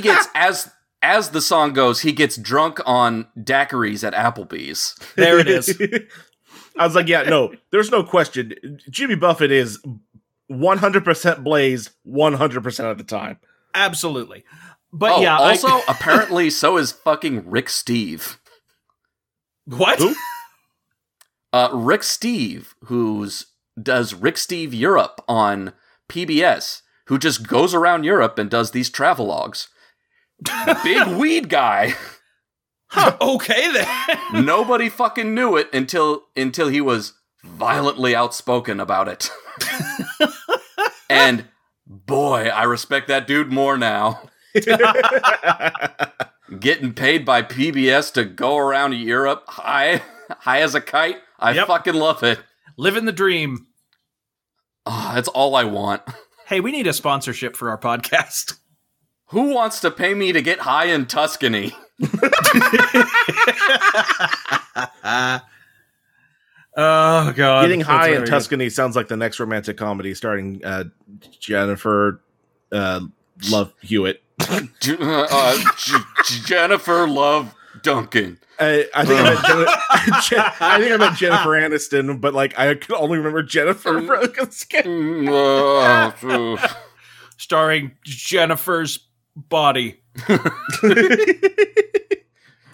S4: gets as as the song goes, he gets drunk on daiquiris at Applebee's.
S2: There it is.
S3: I was like, yeah, no, there's no question. Jimmy Buffett is 100% blazed 100% of the time.
S2: Absolutely. But
S4: oh,
S2: yeah, I-
S4: also apparently so is fucking Rick Steve.
S2: what?
S3: Who?
S4: Uh, Rick Steve, who's does Rick Steve Europe on PBS, who just goes around Europe and does these travelogues. Big weed guy.
S2: Okay then.
S4: Nobody fucking knew it until until he was violently outspoken about it. and boy, I respect that dude more now. Getting paid by PBS to go around Europe high high as a kite. I
S2: Yep.
S4: fucking love it.
S2: Living the dream.
S4: Ah, that's all I want.
S2: Hey, we need a sponsorship for our podcast.
S4: Who wants to pay me to get high in Tuscany?
S2: Oh god.
S3: Getting
S2: That's
S3: high
S2: very
S3: in
S2: good.
S3: Tuscany sounds like the next romantic comedy starring uh, Jennifer uh, Love Hewitt.
S4: J- uh, uh, J- J- Jennifer Love Duncan.
S3: Uh, I think I meant Jen- Jen- I think I meant Jennifer Aniston, but like I could only remember Jennifer. Rogan.
S4: Mm, uh, uh,
S2: Starring Jennifer's body. they
S4: Uh,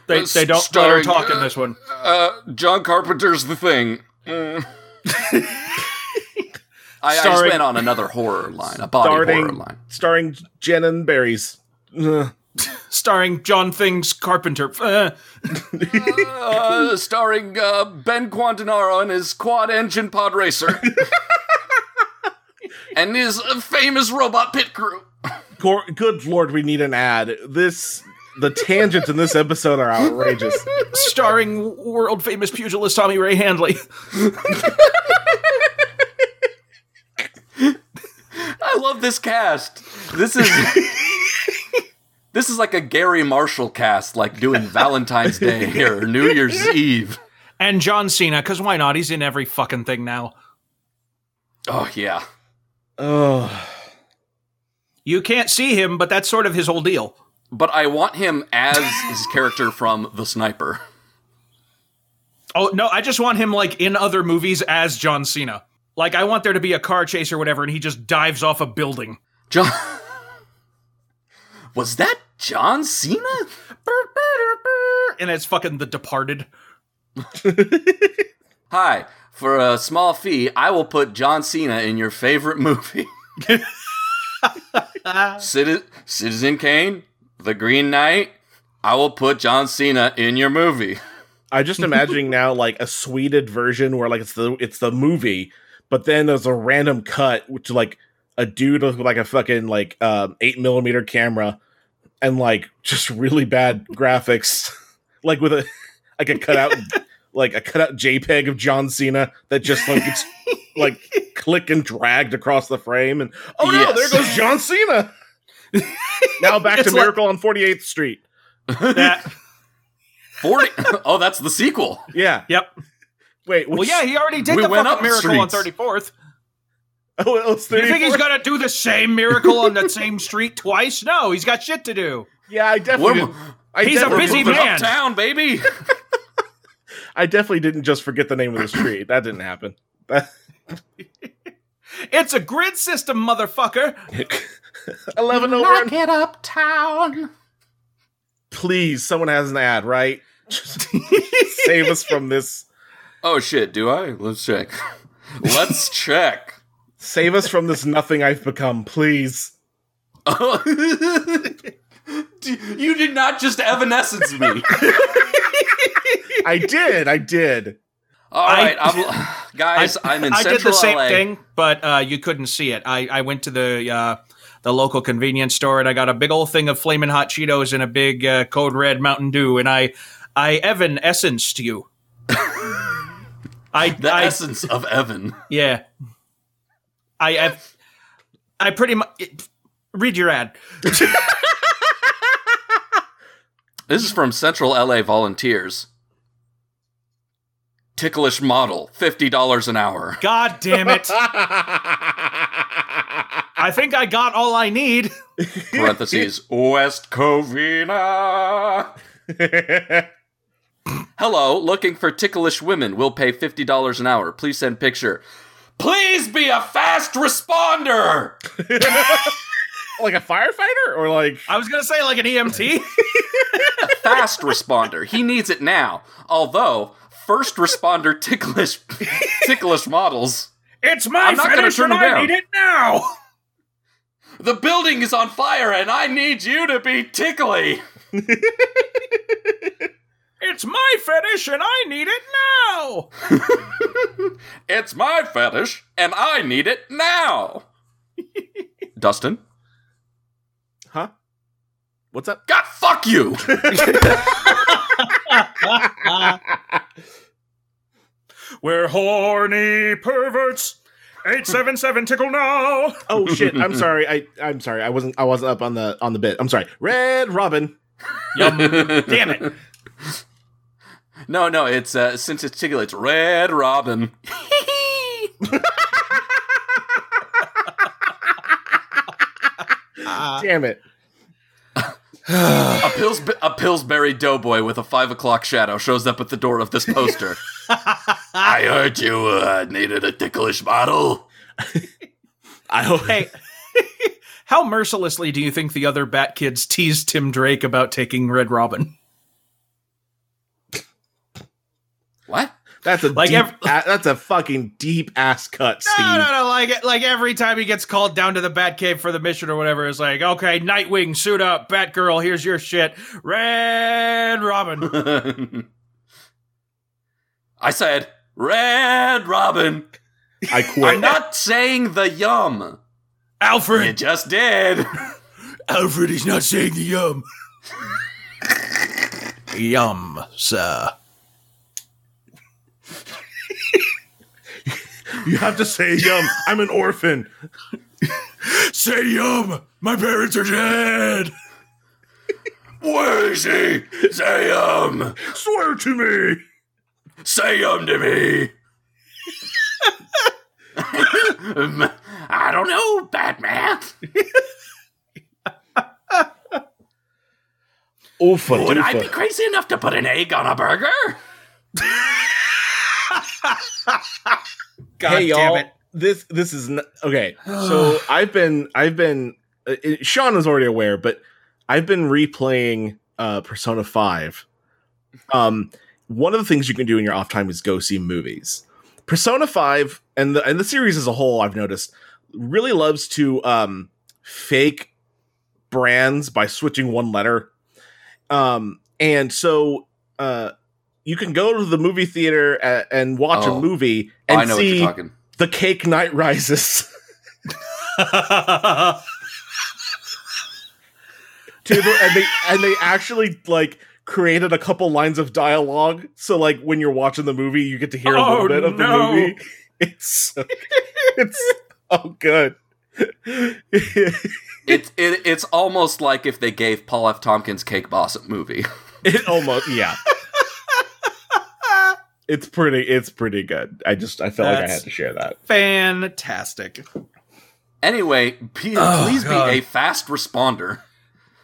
S2: they don't
S4: starring-
S2: let her talk in this one.
S4: uh, John Carpenter's The Thing. Mm. I, I just
S2: Starring-
S4: went on another horror line, a body horror
S3: starring
S4: line.
S3: starring Jen and Barry's. Ugh.
S2: Starring John Things Carpenter. Uh,
S4: Uh, starring uh, Ben Quantanaro and his quad engine pod racer. and his famous robot pit crew.
S3: Gor- good lord, we need an ad. This the tangents in this episode are outrageous.
S2: starring world famous pugilist Tommy Ray Handley.
S4: I love this cast. This is this is like a Gary Marshall cast, like doing Valentine's Day or New Year's Eve.
S2: And John Cena, because why not? He's in every fucking thing now.
S4: Oh yeah,
S3: Oh,
S2: You can't see him, but that's sort of his whole deal.
S4: but I want him as his character from The Sniper.
S2: Oh, no, I just want him, like, in other movies as John Cena. Like, I want there to be a car chase or whatever, and he just dives off a building.
S4: John, was that John Cena?
S2: And it's fucking The Departed.
S4: Hi, for a small fee, I will put John Cena in your favorite movie. Citi- Citizen Kane, The Green Knight. I will put John Cena in your movie.
S3: I'm just imagining now like a sweeted version where like it's the it's the movie, but then there's a random cut to like a dude with like a fucking like um, eight millimeter camera and like just really bad graphics, like with a like a cutout like a cutout JPEG of John Cena that just like it's like click and dragged across the frame and oh no,
S4: Yes.
S3: there goes John Cena. now back to
S2: It's like-
S3: Miracle on 48th Street.
S2: That,
S4: 40 Oh, that's the sequel.
S3: Yeah.
S2: yep.
S3: Wait.
S2: Well,
S3: what's-
S2: yeah, he already did
S4: We
S2: the
S4: went
S2: fucking
S4: up
S2: miracle on
S4: streets.
S2: 34th.
S3: Oh, it was
S2: You think
S3: 34th.
S2: he's gonna do the same miracle on that same street twice? No, he's got shit to do.
S3: Yeah, I definitely.
S4: We're-
S3: didn't- I
S2: He's a
S3: definitely
S2: busy
S4: We're
S3: didn't-
S2: man.
S4: uptown, baby.
S3: I definitely didn't just forget the name of the street. That didn't happen.
S2: It's a grid system, motherfucker.
S3: Eleven oh one.
S4: it uptown.
S3: Please, someone has an ad, right? Just save us from this.
S4: Oh shit, do I? Let's check. Let's check.
S3: Save us from this nothing I've become, please.
S4: you did not just evanescence me.
S3: I did. I did.
S4: All
S2: I-
S4: right, I'm, guys, I, am in
S2: I
S4: Central
S2: did the same
S4: LA.
S2: thing, but uh, you couldn't see it. I, I went to the uh, the local convenience store and I got a big old thing of flaming hot Cheetos and a big uh, code red Mountain Dew, and I I Evan essenced you. I,
S4: The
S2: I
S4: essence of Evan.
S2: yeah. I I, I pretty much read your ad.
S4: This is from Central LA Volunteers. Ticklish model, fifty dollars an hour.
S2: God damn it! I think I got all I need.
S4: Parentheses West Covina. Hello, looking for ticklish women. We'll pay fifty dollars an hour. Please send picture. Please be a fast responder.
S3: like a firefighter, or like
S2: I was gonna say like an E EMT.
S4: Fast responder. He needs it now. Although first responder ticklish ticklish models.
S2: it's my
S4: I'm not gonna
S2: fetish
S4: turn
S2: and
S4: him
S2: I
S4: down.
S2: need it now.
S4: The building is on fire and I need you to be tickly.
S2: It's my fetish and I need it now.
S4: It's my fetish and I need it now. Dustin?
S3: huh? What's up?
S4: God fuck you!
S2: We're horny perverts. 877 tickle now.
S3: Oh shit! I'm sorry. I I'm sorry. I wasn't I wasn't up on the on the bit. I'm sorry. Red Robin.
S2: Damn it.
S4: No, no, it's uh, since it's tickly, it's Red Robin.
S3: Damn it.
S4: A, Pills- a Pillsbury doughboy with a five o'clock shadow shows up at the door of this poster. I heard you uh, needed a ticklish model.
S3: I hope.
S2: Hey. How mercilessly do you think the other Bat Kids teased Tim Drake about taking Red Robin?
S4: What?
S3: That's a
S2: Like
S3: deep,
S2: ev-
S3: a- that's a fucking deep ass cut, Steve.
S2: No, no, no. Like, like every time he gets called down to the Bat Cave for the mission or whatever, it's like, okay, Nightwing, suit up, Batgirl, here's your shit, Red Robin.
S4: I said Red Robin.
S3: I
S4: I'm
S3: quit.
S4: not saying the yum. You
S2: Alfred.
S4: just did.
S2: Alfred, he's not saying the yum. Yum, sir.
S3: You have to say, yum, I'm an orphan.
S5: Say yum! My parents are dead! Where is he? Say yum!
S3: Swear to me.
S5: Say yum to me! Um, I don't know, Batman.
S3: Oofa
S5: Would I be
S3: doofa.
S5: crazy enough to put an egg on a burger?
S2: God damn
S3: hey y'all,
S2: it.
S3: this this is n okay. So I've been I've been uh, it, Sean is already aware, but I've been replaying uh Persona 5. Um one of the things you can do in your off time is go see movies. Persona 5 and the and the series as a whole I've noticed really loves to um fake brands by switching one letter. Um and so uh you can go to the movie theater a- and watch
S4: Oh.
S3: a movie
S4: Oh,
S3: and
S4: I know what
S3: see
S4: you're talking.
S3: the Cake Night Rises to the, and they and they actually like created a couple lines of dialogue so like when you're watching the movie you get to hear a
S2: Oh,
S3: little bit of
S2: no.
S3: the movie. It's so, it's oh good.
S4: It's it, it's almost like if they gave Paul F. Tompkins Cake Boss a movie.
S3: It almost yeah. It's pretty it's pretty good. I just I felt like I
S2: That's-
S3: had to share that.
S2: Fantastic.
S4: Anyway, be,
S2: Oh,
S4: please
S2: God.
S4: be a fast responder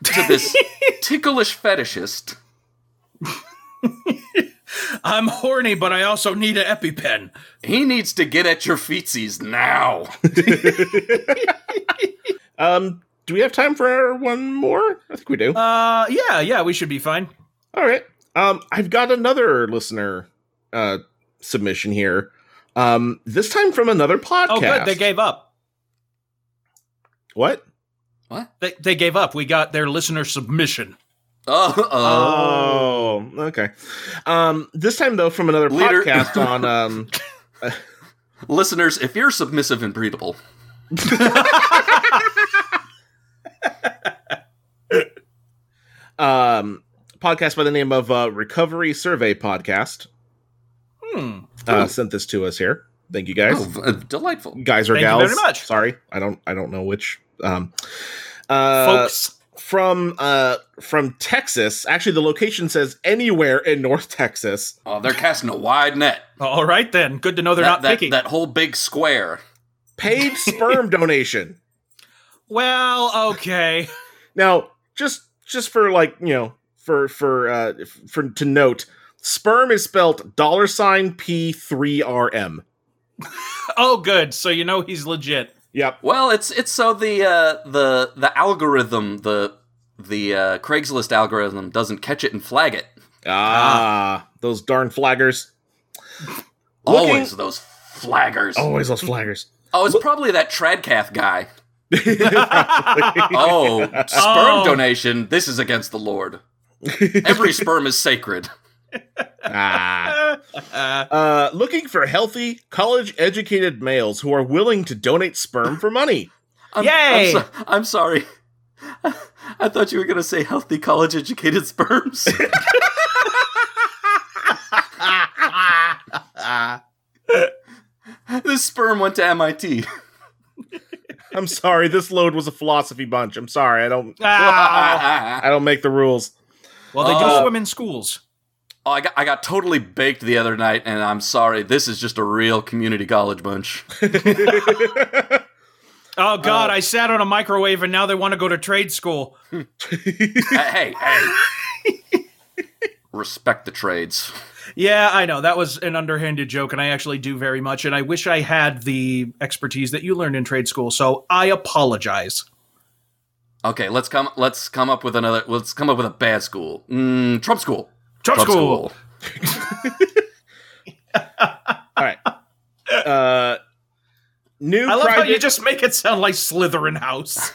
S4: to this ticklish fetishist.
S2: I'm horny, but I also need an EpiPen.
S4: He needs to get at your feetsies now.
S3: Um do we have time for one more? I think we do.
S2: Uh, yeah, yeah, we should be fine.
S3: All right. Um, I've got another listener uh, submission here. Um, this time from another podcast.
S2: Oh, good, they gave up.
S3: what?
S2: They, they gave up. We got their listener submission.
S4: Uh oh.
S3: Oh, okay. Um, this time though, from another
S4: Leader.
S3: podcast on. Um,
S4: Listeners, if you're submissive and breedable,
S3: um, podcast by the name of uh, Recovery Survey Podcast
S2: Hmm.
S3: uh, sent this to us here. Thank you guys.
S4: oh, v- delightful.
S3: Guys or
S2: Thank you
S3: gals?
S2: very much.
S3: Sorry, I don't. I don't know which. Um, uh,
S2: Folks.
S3: from uh from Texas. Actually, the location says anywhere in North Texas.
S4: Oh, they're casting a wide net.
S2: All right, then. Good to know they're
S4: that,
S2: not
S4: that,
S2: picky.
S4: that whole big square.
S3: Paid sperm donation.
S2: Well, okay.
S3: Now, just just for like you know, for for uh f- for to note, sperm is spelt dollar sign p three r m.
S2: Oh, good. So you know he's legit.
S3: Yep.
S4: Well, it's it's so the uh, the the algorithm the the uh, Craigslist algorithm doesn't catch it and flag it.
S3: Ah, those darn flaggers. Looking-
S4: Always those flaggers. Oh,
S3: Always those flaggers.
S4: it's probably that Tradcath guy.
S2: oh,
S4: Oh, sperm
S2: Oh.
S4: donation. This is against the Lord. Every sperm is sacred.
S3: ah. Uh, looking for healthy, college-educated males who are willing to donate sperm for money.
S4: I'm,
S2: Yay!
S4: I'm, so- I'm sorry. I thought you were going to say healthy college educated sperms. this sperm went to MIT.
S3: I'm sorry, this load was a philosophy bunch. I'm sorry, I don't
S2: Ah.
S3: I don't make the rules.
S2: Well, they
S3: Uh,
S4: Oh.
S2: do swim in schools.
S4: Oh, I got, I got totally baked the other night, and I'm sorry. This is just a real community college bunch.
S2: Oh, God,
S3: uh,
S2: I sat on a microwave and now they want to go to trade school.
S4: hey, hey, hey. Respect the trades.
S2: Yeah, I know. That was an underhanded joke, and I actually do very much. And I wish I had the expertise that you learned in trade school. So I apologize.
S4: Okay, let's come. Let's come up with another. Let's come up with a bad school. Mm, Trump school.
S2: Trump, school.
S3: All right. Uh, new
S2: I love how
S3: private.
S2: you just make it sound like Slytherin House.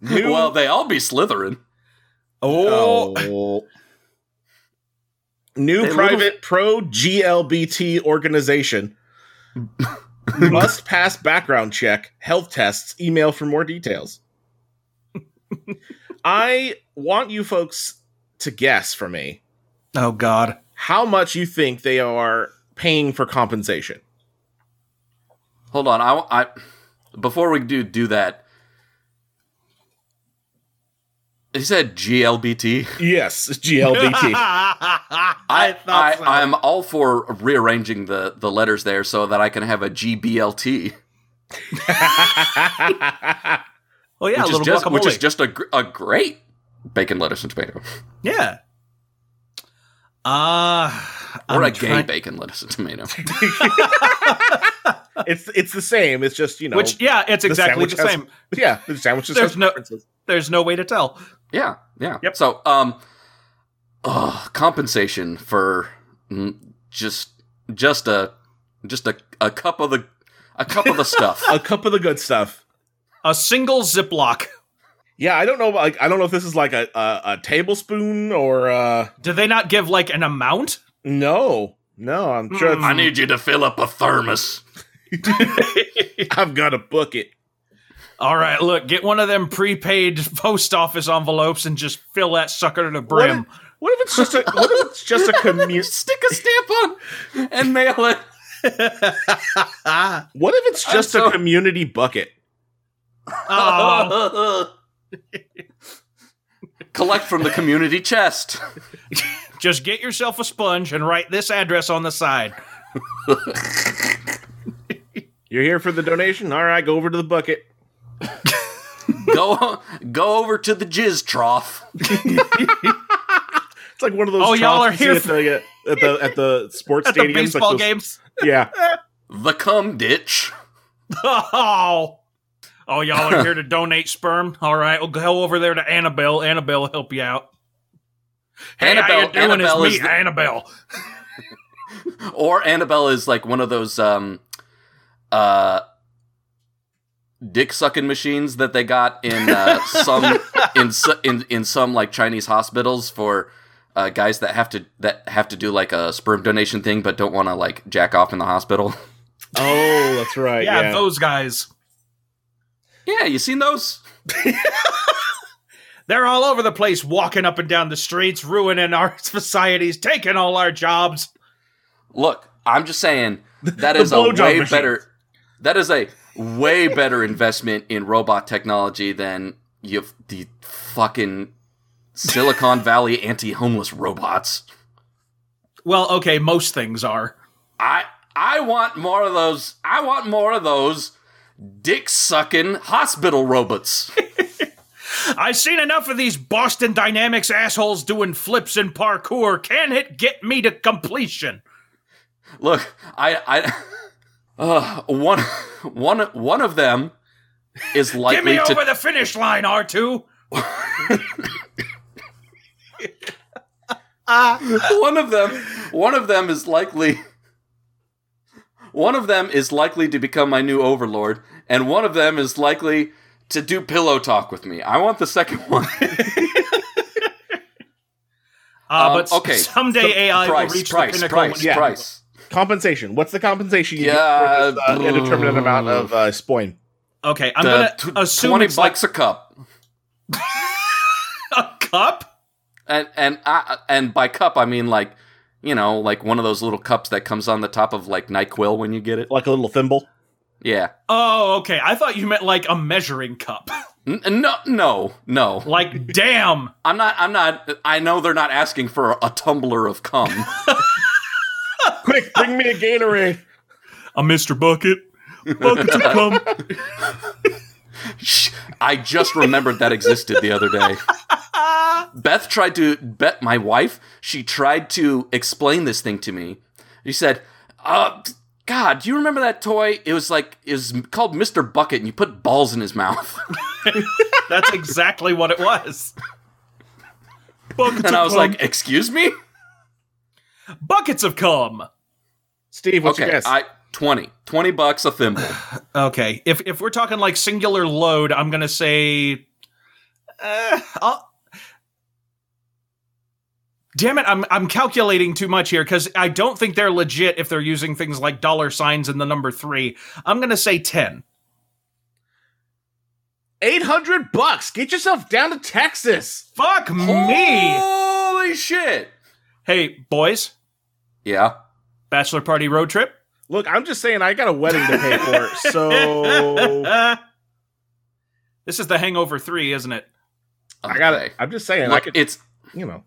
S3: new,
S4: Well, they all be Slytherin.
S2: Oh,
S3: Oh. new
S4: They
S3: private pro GLBT organization must pass background check, health tests. Email for more details. I want you folks to guess for me
S2: Oh God.
S3: how much you think they are paying for compensation.
S4: Hold on, I, I before we do do that. He said GLBT.
S3: Yes, GLBT.
S4: Oh, I,
S2: I
S4: I,
S2: thought so.
S4: I'm all for rearranging the, the letters there so that I can have a GBLT,
S2: Oh yeah, a
S4: which,
S2: little
S4: is just,
S2: guacamole.
S4: which is just a, gr- a great bacon, lettuce, and tomato.
S2: yeah. Uh,
S4: Or
S2: I'm
S4: a gay
S2: trying-
S4: bacon, lettuce, and tomato.
S3: it's it's the same. It's just you know,
S2: Which yeah, it's
S3: the
S2: exactly the
S3: sandwich has-
S2: same.
S3: yeah, the sandwich just
S2: There's
S3: has
S2: no-
S3: differences.
S2: There's no way to tell.
S4: yeah, yeah.
S2: Yep.
S4: So, um, ugh, compensation for mm, just just a just a, a cup of the a cup of the stuff.
S3: a cup of the good stuff.
S2: A single Ziploc.
S3: Yeah, I don't know. Like, I don't know if this is like a a, a tablespoon or uh
S2: Do they not give like an amount?
S3: no, no. I'm sure.
S4: I
S2: Hmm.
S3: it's-
S4: need you to fill up a thermos.
S3: I've got to book it.
S2: All right, look, get one of them prepaid post office envelopes and just fill that sucker to the
S3: What
S2: brim.
S3: if, what if it's just a what if it's just a commu-
S4: Stick a stamp on and mail it.
S2: Ah,
S3: What if it's
S4: I'm
S3: just
S4: so-
S3: a community bucket? Um,
S2: oh.
S4: Collect from the community chest.
S2: just get yourself a sponge and write this address on the side.
S3: You're here for the donation. All right, go over to the bucket.
S4: Go go over to the jizz trough.
S3: It's like one of those.
S2: Oh, y'all
S3: troughs
S2: are
S3: you
S2: here
S3: see at the at the, at the sports
S2: At the
S3: stadiums. like
S2: baseball
S3: those-
S2: games.
S3: Yeah,
S4: The cum ditch.
S2: Oh. Oh, y'all are here to donate sperm? All right, we'll go over there to Annabelle. Annabelle will help you out. Hey, how you
S4: Annabelle-
S2: doing?
S4: Annabelle
S2: it's
S4: is
S2: me,
S4: the-
S2: Annabelle.
S4: Or Annabelle is like one of those um uh dick sucking machines that they got in uh, some in, so- in in some like Chinese hospitals for uh, guys that have to that have to do like a sperm donation thing but don't want to like jack off in the hospital.
S3: Oh, that's right.
S2: yeah,
S3: Yeah,
S2: those guys.
S4: Yeah, you seen those?
S2: They're all over the place, walking up and down the streets, ruining our societies, taking all our jobs.
S4: Look, I'm just saying that is a
S3: blowjob
S4: way
S3: machines.
S4: better. That is a way better investment in robot technology than you f- the fucking Silicon Valley anti-homeless robots.
S2: Well, okay, most things are.
S4: I I want more of those. I want more of those dick sucking hospital robots.
S2: I've seen enough of these Boston Dynamics assholes doing flips and parkour. Can it get me to completion?
S4: Look, I I uh, one one one of them is
S2: Get me
S4: likely to
S2: over the finish line, R2.
S4: one of them one of them is likely one of them is likely to become my new overlord and one of them is likely to do pillow talk with me i want the second one
S2: Uh,
S4: Um,
S2: but s-
S4: okay.
S2: someday AI
S4: price
S2: will reach
S4: price
S2: the pinnacle.
S4: price
S2: when-
S4: price
S3: compensation. What's the compensation? You
S4: Yeah,
S3: get for this, uh, indeterminate amount of uh, spoin.
S2: Okay, I'm
S4: The
S2: gonna
S4: tw-
S2: assume
S4: 20
S2: it's like
S4: bucks a cup
S2: a cup.
S4: and and I, and by cup i mean like you know like one of those little cups that comes on the top of like nyquil when you get it
S3: like a little thimble.
S4: yeah
S2: Oh, okay. I thought you meant like a measuring cup.
S4: N- no no no
S2: Like, damn.
S4: i'm not i'm not i know they're not asking for a tumbler of cum
S3: Quick, bring me a Gatorade.
S2: A Mr. Bucket. Buckets of cum.
S4: Shh, I just remembered that existed the other day. Beth tried to bet my wife. She tried to explain this thing to me. She said, "Uh, God, do you remember that toy? It was like it was called Mr. Bucket, and you put balls in his mouth."
S2: That's exactly what it was. Buckets of
S4: And I was
S2: cum.
S4: like, "Excuse me."
S2: buckets of cum.
S3: Steve, what's your
S4: Okay,
S3: guess?
S4: I 20. 20 bucks a thimble.
S2: Okay, if if we're talking like singular load, I'm gonna say, uh, I'll, damn it, I'm I'm calculating too much here because I don't think they're legit if they're using things like dollar signs and the number three. I'm gonna say ten.
S3: 800 bucks. Get yourself down to Texas.
S2: Fuck
S4: Oh!
S2: me.
S4: Holy shit.
S2: Hey, boys,
S4: Yeah.
S2: bachelor party road trip.
S3: Look, I'm just saying I got a wedding to pay for. So
S2: This is the Hangover 3, isn't it?
S3: I got
S4: Okay.
S3: it. I'm just saying I
S4: Look,
S3: could,
S4: it's
S3: you know.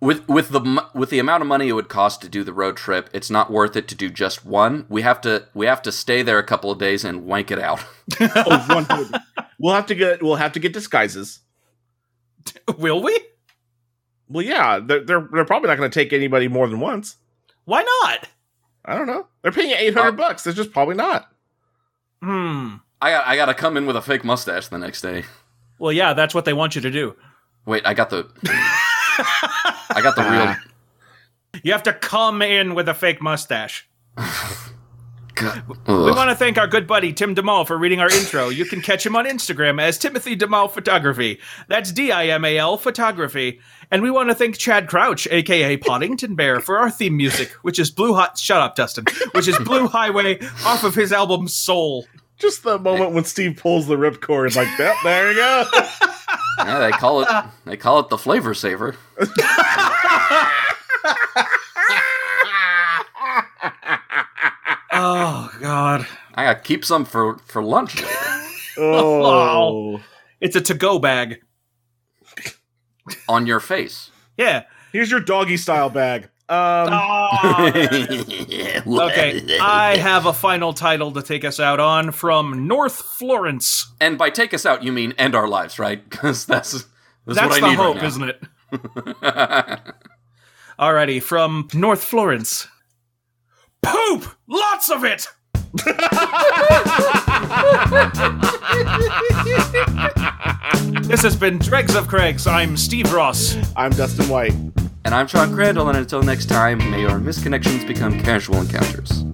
S4: with with the m- with the amount of money it would cost to do the road trip, it's not worth it to do just one. We have to we have to stay there a couple of days and wank it out.
S3: Oh, one hundred. we'll have to get we'll have to get disguises.
S2: Will we?
S3: Well, yeah, they're they're, they're probably not going to take anybody more than once.
S2: Why not?
S3: I don't know. They're paying 800
S4: Uh,
S3: bucks. They're just probably not.
S2: Hmm.
S4: I got I got to come in with a fake mustache the next day.
S2: Well, yeah, that's what they want you to do.
S4: Wait, I got the I got the real.
S2: You have to come in with a fake mustache.
S4: God,
S2: We
S4: ugh.
S2: want to thank our good buddy Tim DeMaul for reading our intro. You can catch him on Instagram as Timothy DeMaul Photography. That's D I M A L Photography. And we want to thank Chad Crouch, aka Poddington Bear, for our theme music, which is Blue Hot. Shut up, Dustin. Which is Blue Highway off of his album Soul.
S3: Just the moment when Steve pulls the ripcord, like, yep, there you go.
S4: yeah, they call it they call it the flavor saver.
S2: Oh God,
S4: I got to keep some for for lunch. later.
S3: Oh,
S2: it's a to-go bag.
S4: on your face.
S2: Yeah.
S3: here's your doggy style bag. Um,
S2: okay, I have a final title to take us out on from North Florence.
S4: And by take us out, you mean end our lives, right? Because that's, that's
S2: That's,
S4: what I
S2: the
S4: need
S2: hope,
S4: right now.
S2: isn't it? Alrighty, from North Florence. Poop! Lots of it! this has been Dregs of Craigs. I'm Steve Ross.
S3: I'm Dustin White.
S4: and I'm Sean Crandall, and until next time, may our misconnections become casual encounters.